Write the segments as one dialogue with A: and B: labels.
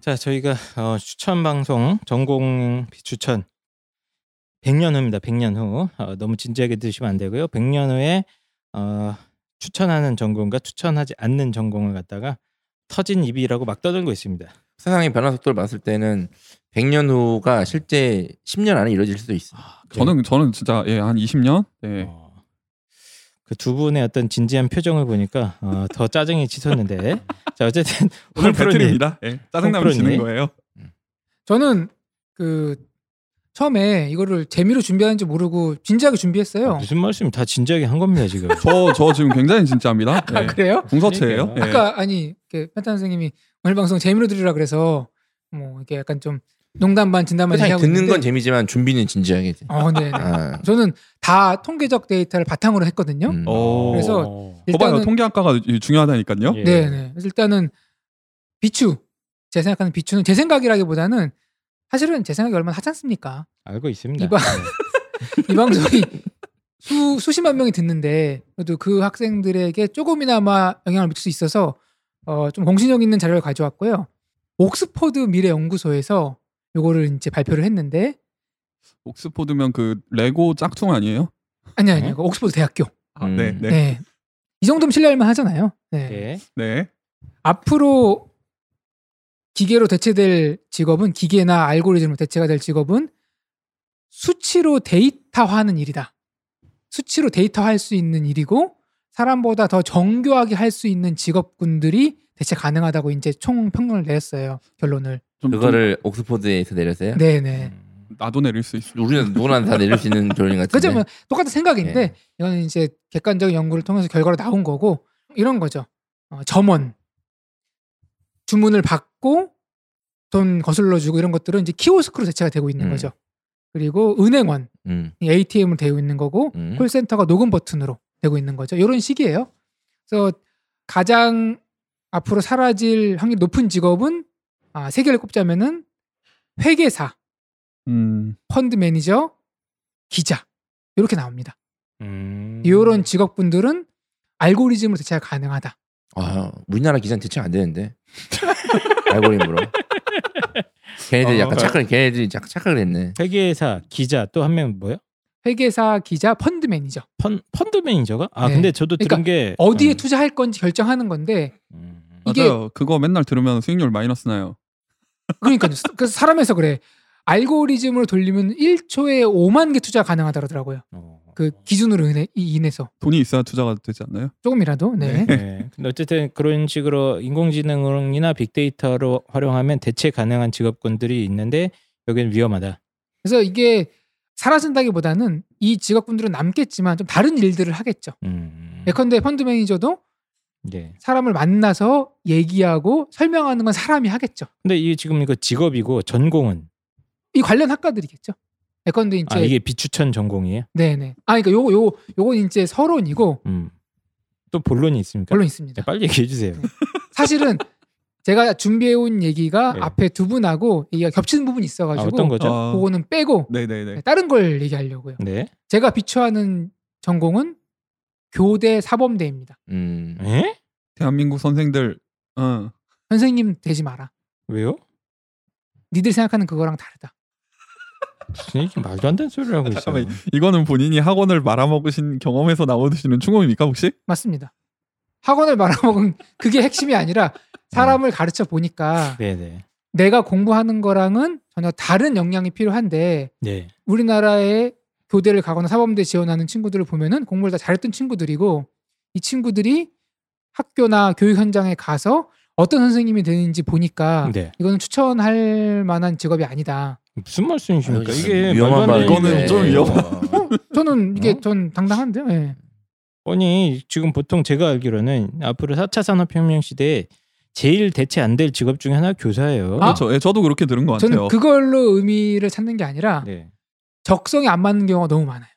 A: 자, 저희가 어, 추천 방송 전공 비추천 100년 후입니다. 100년 후 어, 너무 진지하게 드시면 안 되고요. 100년 후에 어, 추천하는 전공과 추천하지 않는 전공을 갖다가 터진 입이라고 막 떠들고 있습니다.
B: 세상의 변화 속도를 봤을 때는 100년 후가 실제 10년 안에 이루어질 수도 있어.
C: 아,
B: 요
D: 네. 저는 저는 진짜 예 한 20년.
A: 어.
D: 예.
A: 그 두 분의 어떤 진지한 표정을 보니까 어, 더 짜증이 치솟는데 자 어쨌든 오늘 프로님
D: 배틀입니다. 예. 짜증나면
A: 홍프로님.
D: 지는 거예요.
C: 저는 그 처음에 이거를 재미로 준비하는지 모르고 진지하게 준비했어요.
A: 아, 무슨 말씀 다 진지하게 한 겁니다 지금
D: 저 저 지금 굉장히 진짜입니다.
C: 아,
D: 예.
C: 그래요?
D: 궁서체예요.
A: 네.
C: 아까 아니 이렇게 펜타 선생님이 오늘 방송 재미로 들으라 그래서 뭐 이렇게 약간 좀 농담 반 진담 반
B: 세상에
C: 얘기하고
B: 듣는 건
C: 있는데
B: 재미지만 준비는 진지하게. 돼.
C: 어, 네. 네.
B: 아,
C: 저는 다 통계적 데이터를 바탕으로 했거든요. 어,
B: 음.
A: 어.
C: 그래서
D: 봐봐요
C: 일단은
D: 통계학과가 중요하다니까요.
A: 예.
C: 네, 네. 그래서 일단은 비추 제가 생각하는 비추는 제 생각이라기보다는 사실은 제 생각이 얼마나 하지 않습니까?
A: 알고 있습니다.
C: 이봐.
A: 네.
C: 이 방송이 수, 수십만 명이 듣는데 그래도 그 학생들에게 조금이나마 영향을 미칠 수 있어서 어, 좀 공신력 있는 자료를 가져왔고요. 옥스퍼드 미래 연구소에서 요거를 이제 발표를 했는데
D: 옥스포드면 그 레고 짝퉁 아니에요?
C: 아니
A: 네?
C: 아니 요 옥스퍼드 대학교
D: 아,
B: 음.
D: 네,
C: 네.
D: 네,
C: 이 정도면 신뢰할만 하잖아요. 네.
A: 예.
D: 네.
C: 앞으로 기계로 대체될 직업은 기계나 알고리즘으로 대체가 될 직업은 수치로 데이터화하는 일이다. 수치로 데이터화할 수 있는 일이고 사람보다 더 정교하게 할 수 있는 직업군들이 대체 가능하다고 이제 총 평론을 내렸어요. 결론을.
D: 좀,
B: 그거를 옥스포드에서 내렸어요.
C: 네, 네.
B: 음.
D: 좀 나도 내릴 수 있어.
B: 우리는 누구나 다 내릴 수 있는 결론 같은데.
C: 그죠? 뭐 똑같은 생각인데
B: 예.
C: 이건 이제 객관적인 연구를 통해서 결과로 나온 거고 이런 거죠. 어, 점원 주문을 받고 돈 거슬러 주고 이런 것들은 이제 키오스크로 대체가 되고 있는
B: 음.
C: 거죠. 그리고 은행원
B: 음.
C: ATM을 되고 있는 거고
B: 음.
C: 콜센터가 녹음 버튼으로 되고 있는 거죠. 이런 식이에요. 그래서 가장 앞으로 사라질 확률 높은 직업은 아, 세 개를 꼽자면은 회계사,
D: 음,
C: 펀드 매니저, 기자 이렇게 나옵니다.
A: 음.
C: 이런 직업분들은 알고리즘으로 대체가 가능하다.
B: 아, 우리나라 기자는 대체 안 되는데. 알고리즘으로. 걔네들 이
A: 어,
B: 약간 착각, 걔네들이 약간 착각을 했네.
A: 회계사, 기자 또 한 명 뭐요?
C: 회계사, 기자, 펀드 매니저
A: 펀 펀드 매니저가? 아
C: 네.
A: 근데 저도 들은
C: 그러니까
A: 게
C: 어디에
A: 음,
C: 투자할 건지 결정하는 건데
A: 음.
C: 이게-
D: 맞아요. 그거 맨날 들으면 수익률 마이너스 나요.
C: 그러니까 그 사람에서 그래 알고리즘으로 돌리면 1초에 5만 개 투자 가능하다더라고요.
A: 어.
C: 그 기준으로 인해, 이- 인해서
D: 돈이 있어야 투자가 되지 않나요?
C: 조금이라도 네.
A: 네. 근데 어쨌든 그런 식으로 인공지능이나 빅데이터로 활용하면 대체 가능한 직업군들이 있는데 여기는 위험하다.
C: 그래서 이게 사라진다기보다는 이 직업군들은 남겠지만 좀 다른 일들을 하겠죠.
A: 음.
C: 예컨대 그 펀드 매니저도
A: 네.
C: 사람을 만나서 얘기하고 설명하는 건 사람이 하겠죠.
A: 근데 이게 지금 이거 직업이고 전공은
C: 이 관련 학과들이겠죠. 예컨대 이제
A: 아 이게 비추천 전공이에요.
C: 네네. 아, 그러니까 요거 요거 요건 이제 서론이고
A: 음. 또 본론이 있습니까?
C: 결론
A: 네,
C: 있습니다.
A: 빨리 얘기해 주세요.
C: 사실은 제가 준비해온 얘기가
A: 네.
C: 앞에 두 분하고 얘기가 겹치는 부분이
A: 아, 어떤
C: 있어가지고
A: 거죠?
D: 아,
C: 그거는 빼고
D: 네, 네, 네.
C: 다른 걸 얘기하려고요.
A: 네.
C: 제가 비추하는 전공은 교대 사범대입니다.
B: 음.
A: 에?
D: 대한민국 선생들, 어,
C: 선생님 되지 마라.
A: 왜요?
C: 니들 생각하는 그거랑 다르다.
A: 무슨 얘기 말도 안 되는 소리를 하고 있어요.
D: 아, 잠깐만. 이거는 본인이 학원을 말아먹으신 경험에서 나오시는 충고입니까 혹시?
C: 맞습니다. 학원을 말아먹은 그게 핵심이 아니라 사람을 가르쳐 보니까
A: 네, 네.
C: 내가 공부하는 거랑은 전혀 다른 역량이 필요한데
A: 네.
C: 우리나라의 교대를 가거나 사범대 지원하는 친구들을 보면은 공부를 다 잘했던 친구들이고 이 친구들이 학교나 교육 현장에 가서 어떤 선생님이 되는지 보니까
A: 네.
C: 이거는 추천할 만한 직업이 아니다.
A: 무슨 말씀이십니까?
B: 아,
A: 그러니까 이게
B: 위험한 어.
A: 말도 안 되는
B: 말이네.
D: 이거는 좀
A: 얘기예요.
D: 위험한.
C: 저는 이게
A: 어?
C: 전 당당한데요. 예.
A: 아니 지금 보통 제가 알기로는 앞으로 4차 산업혁명 시대에 제일 대체 안 될 직업 중에 하나 가 교사예요.
C: 아,
D: 그렇죠. 예, 저도 그렇게 들은 것
C: 저는
D: 같아요.
C: 그걸로 의미를 찾는 게 아니라
A: 네.
C: 적성이 안 맞는 경우가 너무 많아요.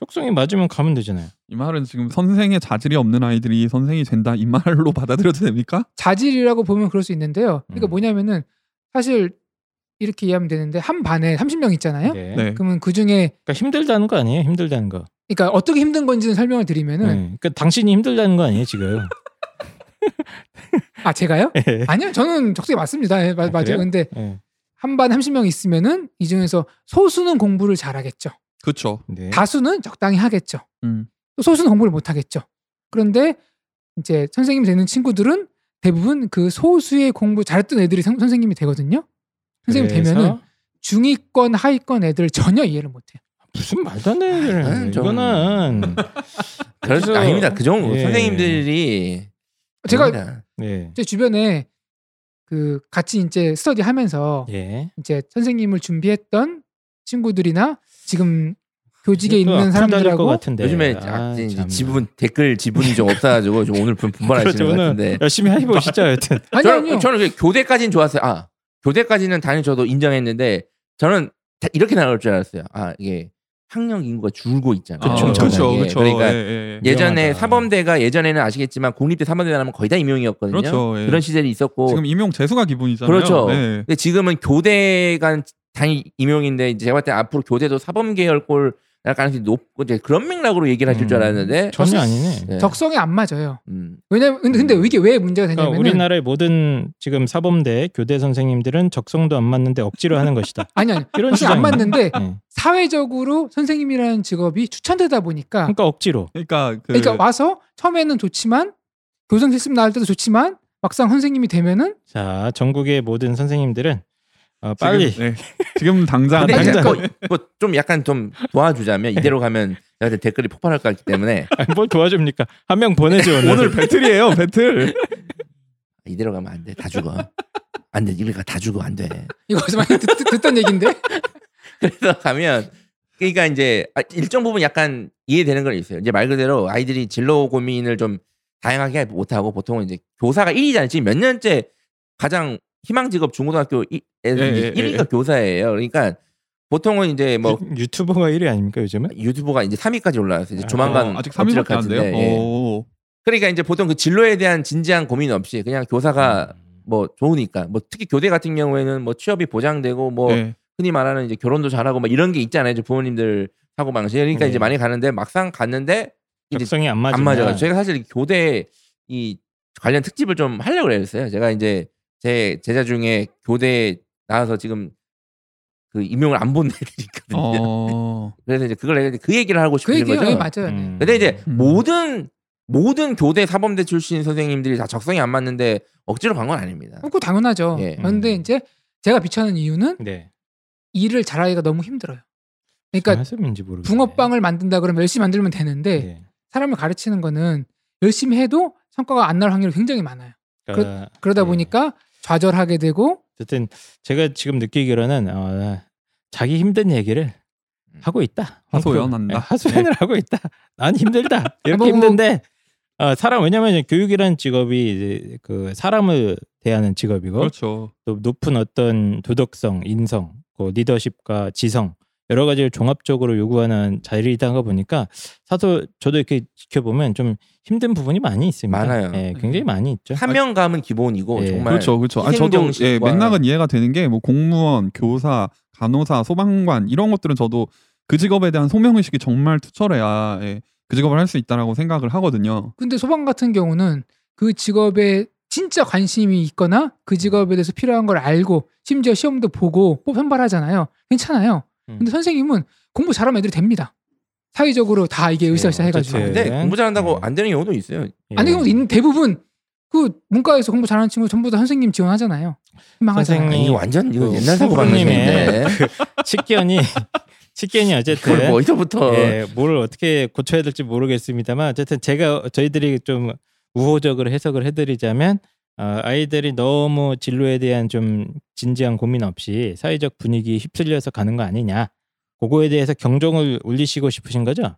A: 쪽성이 맞으면 가면 되잖아요.
D: 이 말은 지금 선생의 자질이 없는 아이들이 선생이 된다 이 말로 받아들여도 됩니까?
C: 자질이라고 보면 그럴 수 있는데요. 그러니까
A: 음.
C: 뭐냐면은 사실 이렇게 이해하면 되는데 한 반에 30명 있잖아요.
A: 네.
D: 네.
C: 그러면 그 중에
A: 그러니까 힘들다는 거 아니에요? 힘들다는 거.
C: 그러니까 어떻게 힘든 건지는 설명을
A: 네.
C: 드리면은
A: 그러니까 당신이 힘들다는 거 아니에요 지금?
C: 아 제가요?
A: 예.
C: 아니요, 저는 적성에 맞습니다. 예, 마-
A: 아,
C: 맞아요.
A: 그래요?
C: 근데
A: 예.
C: 한반 30명 있으면은 이 중에서 소수는 공부를 잘하겠죠.
D: 그렇죠.
A: 네.
C: 다수는 적당히 하겠죠.
D: 음.
C: 또 소수는 공부를 못 하겠죠. 그런데 이제 선생님이 되는 친구들은 대부분 그 소수의 공부 잘했던 애들이 선- 선생님이 되거든요. 선생님 이
A: 그래서
C: 되면은 중위권, 하위권 애들 전혀 이해를 못 해요.
A: 무슨 말도 안 되는 얘기를
B: 아,
A: 해요.
B: 좀-
A: 이거는
B: 그럴 수
A: 그래서-
B: 아닙니다. 그 정도
A: 예.
B: 선생님들이
C: 제가
B: 아닙니다.
A: 예.
C: 제 주변에 그 같이 이제 스터디 하면서
A: 예.
C: 이제 선생님을 준비했던 친구들이나 지금 교직에
A: 이거
C: 있는
A: 악플 달릴 그러니까 것
C: 사람들하고
A: 같은데.
B: 요즘에
A: 아,
B: 아,
A: 참.
B: 지분 댓글 지분이 좀 없어가지고 좀 오늘 분- 분발하시는 것
A: 저는-
B: 같은데
A: 그렇죠. 열심히 해보시죠. 여튼
C: 아니 아니요.
B: 저는, 저는 그 교대까지는 좋았어요. 아 교대까지는 당연히 저도 인정했는데 저는 다- 이렇게 나올 줄 알았어요. 아 이게 학령 인구가 줄고 있잖아요.
A: 그쵸,
B: 엄청나게.
A: 그쵸,
D: 그렇죠.
B: 그러니까
D: 예, 예.
B: 예전에
A: 위험하다.
B: 사범대가 예전에는 아시겠지만 공립대 사범대 나면 거의 다 임용이었거든요.
D: 그렇죠. 예.
B: 그런 시절이 있었고
D: 지금 임용 재수가 기본이잖아요.
B: 그렇죠.
D: 예.
B: 근데 지금은 교대가 당연히 임용인데 이제 제가 봤을 때 앞으로 교대도 사범 계열꼴 날 가능성이 높고 이제 그런 맥락으로 얘기를 하실 줄
A: 음.
B: 알았는데
A: 전혀 아니네.
B: 예.
C: 적성에 안 맞아요.
B: 음.
C: 왜냐면 근데, 근데 이게 왜 문제가
A: 그러니까
C: 되냐면은
A: 우리나라의 모든 지금 사범대 교대 선생님들은 적성도 안 맞는데 억지로 하는 것이다.
C: 아니 아니
A: 이런
C: 사실
A: 주장.
C: 안 맞는데
A: 예.
C: 사회적으로 선생님이라는 직업이 추천되다 보니까
A: 그러니까 억지로.
D: 그러니까 그
C: 그러니까 와서 처음에는 좋지만 교생 실습 나올 때도 좋지만 막상 선생님이 되면은
A: 자, 전국의 모든 선생님들은 어, 빨리
D: 지금, 예. 지금 당장
B: 근데
A: 당장.
B: 약간 뭐, 뭐좀 약간 좀 도와주자면 이대로 가면 저한테 댓글이 폭발할 것 같기 때문에 아,
A: 뭘 도와줍니까? 한 명 보내줘
D: 오늘 배틀이에요. 배틀.
B: 이대로 가면 안 돼. 다 죽어. 안 돼. 이러니까 다 죽어. 안 돼.
C: 이거 어디서 많이 듣, 듣- 듣던 얘기인데
B: 그래서 가면 그러니까 이제 아, 일정 부분 약간 이해되는 건 있어요. 이제 말 그대로 아이들이 진로 고민을 좀 다양하게 못하고 보통은 이제 교사가 1위잖아요. 지금 몇 년째 가장 희망 직업 중고등학교 이- 에서
D: 예,
B: 이제
D: 예,
B: 1위가 교사예요. 그러니까 보통은 이제 뭐
D: 음.
A: 유- 유튜버가 1위 아닙니까 요즘은?
B: 유튜브가 이제 3위까지 올라왔어요. 이제 조만간
D: 예. 어, 아직
B: 엎드릴
D: 3일밖에
B: 것
D: 안 돼요. 어.
B: 같은데, 예.
D: 오.
B: 그러니까 이제 보통 그 진로에 대한 진지한 고민 없이 그냥 교사가
C: 아,
A: 음.
B: 뭐 좋으니까 뭐 특히 교대 같은 경우에는 뭐 취업이 보장되고 뭐
D: 예.
B: 흔히 말하는 이제 결혼도 잘하고 막 이런 게 있잖아요. 이제 부모님들 사고 방식. 그러니까
A: 네.
B: 이제 많이 가는데 막상 갔는데 이제
A: 적성이 안 맞아.
B: 안 맞아요. 제가 사실 교대 이 관련 특집을 좀 하려고 그랬어요. 제가 이제 제 제자 중에 교대 나와서 지금 그 임용을 안 본 애들이 있거든요.
D: 어.
B: 그래서 이제 그걸 내가 그 얘기를 하고
C: 그
B: 싶은
C: 얘기예요
B: 거죠.
C: 예, 맞아요
A: 음.
B: 근데 이제
D: 음.
B: 모든 모든 교대 사범대 출신 선생님들이 다 적성이 안 맞는데 억지로 간 건 아닙니다.
D: 어,
C: 그거 당연하죠
B: 예.
C: 그런데
A: 음.
C: 이제 제가 비춰하는 이유는
A: 네.
C: 일을 잘하기가 너무 힘들어요 그러니까
A: 말씀인지 모르겠네.
C: 붕어빵을 만든다 그러면 열심히 만들면 되는데
A: 네.
C: 사람을 가르치는 거는 열심히 해도 성과가 안 날 확률이 굉장히 많아요
A: 그러니까
C: 그러다
A: 네.
C: 보니까 좌절하게 되고
A: 어쨌든 제가 지금 느끼기로는 어, 자기 힘든 얘기를 하고 있다. 네,
D: 하소연한다.
A: 하소연을 하고 있다. 난 힘들다. 이렇게
C: 뭐, 뭐.
A: 힘든데 어, 사람 왜냐하면 교육이라는 직업이 이제 그 사람을 대하는 직업이고
D: 그렇죠.
A: 또 높은 어떤 도덕성, 인성, 그 리더십과 지성 여러 가지를 종합적으로 요구하는 자리이다 보니까 사도 저도 이렇게 지켜보면 좀 힘든 부분이 많이 있습니다.
B: 많아요.
A: 예, 굉장히 많이 있죠.
B: 사명감은 기본이고
A: 예.
B: 정말
D: 그렇죠, 그렇죠. 아 저도
B: 희생정신과-
D: 예, 맥락은 이해가 되는 게 뭐 공무원, 교사, 간호사, 소방관 이런 것들은 저도 그 직업에 대한 소명 의식이 정말 투철해야 예, 그 직업을 할 수 있다라고 생각을 하거든요.
C: 근데 소방 같은 경우는 그 직업에 진짜 관심이 있거나
A: 음.
C: 그 직업에 대해서 필요한 걸 알고 심지어 시험도 보고 뽑 선발하잖아요. 괜찮아요.
A: 음.
C: 근데 선생님은 공부 잘하면 애들이 됩니다. 사회적으로 다 이게 으쌰으쌰 해가지고.
A: 네, 어쨌든.
D: 예.
B: 근데
A: 네.
B: 공부 잘한다고
A: 네.
B: 안 되는 경우도 있어요.
A: 예.
C: 아니 근데 있는 대부분 그 문과에서 공부 잘하는 친구 전부 다 선생님 지원하잖아요. 희망하잖아요.
A: 선생님.
B: 이거 완전 이거
A: 그
B: 옛날 사고 방식인데
D: 그
A: 식견이 식견이
B: 그걸
A: 어쨌든
B: 뭐 어디서부터
A: 예, 뭘 어떻게 고쳐야 될지 모르겠습니다만 어쨌든 제가 저희들이 좀 우호적으로 해석을 해드리자면 어, 아이들이 너무 진로에 대한 좀 진지한 고민 없이 사회적 분위기에 휩쓸려서 가는 거 아니냐 그거에 대해서 경종을 울리시고 싶으신 거죠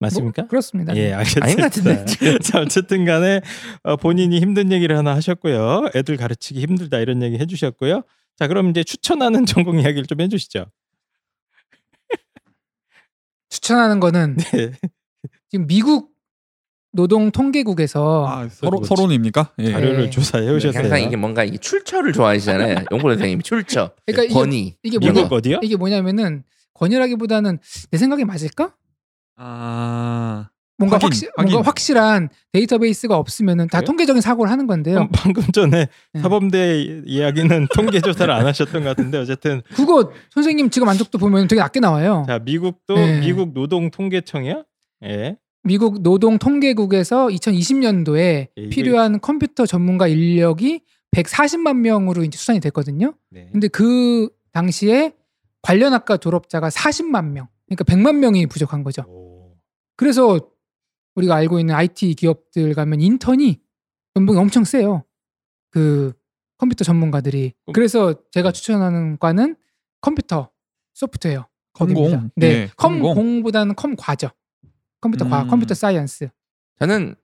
A: 맞습니까?
C: 뭐, 그렇습니다.
A: 예, 알겠습니다.
B: 아닌 것 같은데
A: 자, 어쨌든 간에 어, 본인이 힘든 얘기를 하나 하셨고요. 애들 가르치기 힘들다 이런 얘기 해주셨고요. 자, 그럼 이제 추천하는 전공 이야기를 좀 해주시죠.
C: 추천하는 거는
A: 네.
C: 지금 미국 노동 통계국에서
D: 아, 서로
A: 뭐지?
D: 서론입니까? 예.
C: 자료-
A: 자료를
C: 예.
A: 조사해 오셨어요.
B: 네. 항상 이게 뭔가 이게 출처를 좋아하시잖아요. 용보 선생님이 출처,
D: 예,
C: 그러니까 이게-
B: 권위
C: 이게
B: 이런
C: 뭐냐
A: 미국
B: 거.
A: 어디요?
C: 이게 뭐냐면은 권유라기보다는 내 생각이 맞을까?
D: 아,
C: 뭔가
D: 확인,
C: 확실
D: 확인.
C: 뭔가 확실한 데이터베이스가 없으면은 다
A: 그래요?
C: 통계적인 사고를 하는 건데요.
A: 그럼 방금 전에
C: 어. 네.
A: 사범대 이야기는 통계 조사를 안 하셨던 것 같은데 어쨌든
C: 그거 선생님 지금 만족도 보면 되게 낮게 나와요.
A: 자 미국도
C: 네.
A: 미국 노동 통계청이야. 예.
C: 미국 노동 통계국에서 2020년도에
A: 예, 이게-
C: 필요한 컴퓨터 전문가 인력이 140만 명으로 이제 수산이 됐거든요.
A: 네.
C: 근데 그 당시에 관련 학과 졸업자가 40만 명, 그러니까 100만 명이 부족한 거죠.
A: 오.
C: 그래서 우리가 알고 있는 IT 기업들 가면 인턴이 연봉이 엄청 세요. 그 컴퓨터 전문가들이.
A: 그럼-
C: 그래서 제가 추천하는 과는 컴퓨터 소프트웨어.
D: 컴공.
C: 거기입니다. 네,
D: 예, 컴공.
C: 컴공보다는 컴과죠. 컴퓨터 과학,
D: 음.
C: 컴퓨터 사이언스.
B: 저는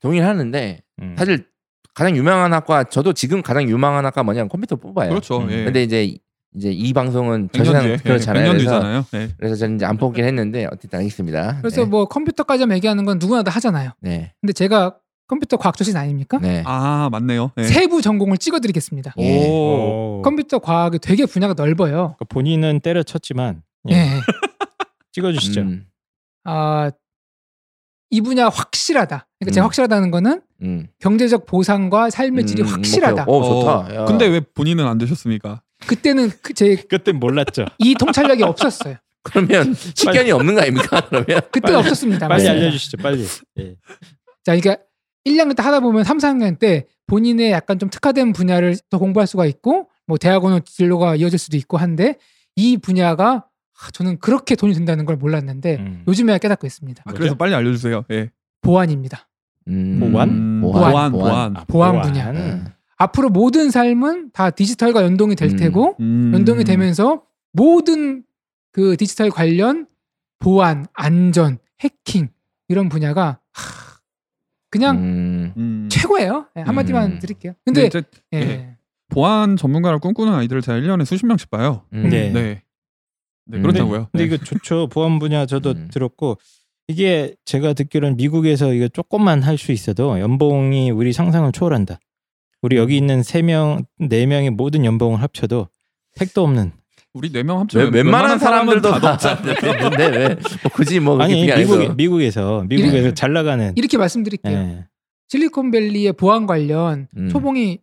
B: 동의를 하는데
A: 음.
B: 사실 가장 유명한 학과 저도 지금 가장 유명한 학과 뭐냐면 컴퓨터 뽑아요.
D: 그렇죠.
A: 음.
D: 예.
B: 근데 이제 이제 이 방송은 더
D: 100년
B: 이상
D: 뒤에.
B: 그렇잖아요.
D: 100년
B: 그래서,
D: 뒤잖아요. 예.
B: 그래서 저는 이제 안 뽑긴 했는데 어쨌든 알겠습니다.
C: 그래서
B: 네.
C: 뭐 컴퓨터까지 하면 얘기하는 건 누구나 다 하잖아요.
B: 네.
C: 근데 제가 컴퓨터 과학 출신 아닙니까?
B: 네.
D: 아 맞네요. 예.
C: 세부 전공을 찍어드리겠습니다.
B: 예.
D: 오.
A: 오.
C: 뭐 컴퓨터 과학이 되게 분야가 넓어요.
A: 그러니까 그 본인은 때려쳤지만 예.
C: 예.
A: 찍어주시죠.
B: 음,
C: 아, 이 분야 확실하다. 그러니까
B: 음.
C: 제가 확실하다는 거는
B: 음.
C: 경제적 보상과 삶의 질이
B: 음,
C: 확실하다.
A: 어.
B: 목표. 오 좋다. 야.
D: 근데 왜 본인은 안 되셨습니까? 아,
C: 그때는 제 이
A: 그때 몰랐죠.
C: 통찰력이 없었어요.
B: 그러면 식견이 없는 거 아닙니까? 그러면
C: 그때
A: 빨리-
C: 없었습니다.
A: 빨리
C: 맞습니다.
A: 알려주시죠. 빨리. 예.
C: 자, 그러니까 1학년 때 하다 보면 3, 4학년 때 본인의 약간 좀 특화된 분야를 더 공부할 수가 있고 뭐 대학원으로 진로가 이어질 수도 있고 한데 이 분야가 아, 저는 그렇게 돈이 된다는 걸 몰랐는데
A: 음.
C: 요즘에야 깨닫고 있습니다.
D: 아,
A: 뭐죠?
D: 그래서 빨리 알려주세요. 예.
C: 보안입니다.
B: 음.
A: 보완?
D: 음,
B: 보완,
D: 보안,
B: 보완.
D: 보안.
A: 아,
C: 보안
A: 보안.
C: 분야.
B: 음.
C: 앞으로 모든 삶은 다 디지털과 연동이 될
B: 음.
C: 테고
D: 음.
C: 연동이 되면서 모든 그 디지털 관련 보안, 안전, 해킹 이런 분야가 하, 그냥
B: 음.
D: 음.
C: 최고예요. 네, 한마디만
B: 음.
C: 드릴게요.
D: 근데
A: 네,
C: 근데
D: 이제
C: 예.
D: 예. 보안 전문가를 꿈꾸는 아이들을 제가 1년에 수십 명씩 봐요.
B: 음.
A: 네.
D: 네. 네,
B: 음.
D: 그렇다고요.
A: 근데
D: 네.
A: 이거 좋죠. 보안 분야 저도
B: 음.
A: 들었고 이게 제가 듣기로는 미국에서 이거 조금만 할 수 있어도 연봉이 우리 상상을 초월한다. 우리 여기 있는 세 명, 네 명의 모든 연봉을 합쳐도 택도 없는.
D: 우리 네 명 합쳐
B: 웬- 웬만한 사람들도 다
D: 넘지 않나요?
B: 근데 왜 뭐 굳이 뭐 그렇게
A: 아니
B: 비하
A: 미국 미국에서 미국에서 잘 나가는
C: 이렇게 말씀드릴게요.
A: 예,
C: 실리콘밸리의 보안 관련
B: 음.
C: 초봉이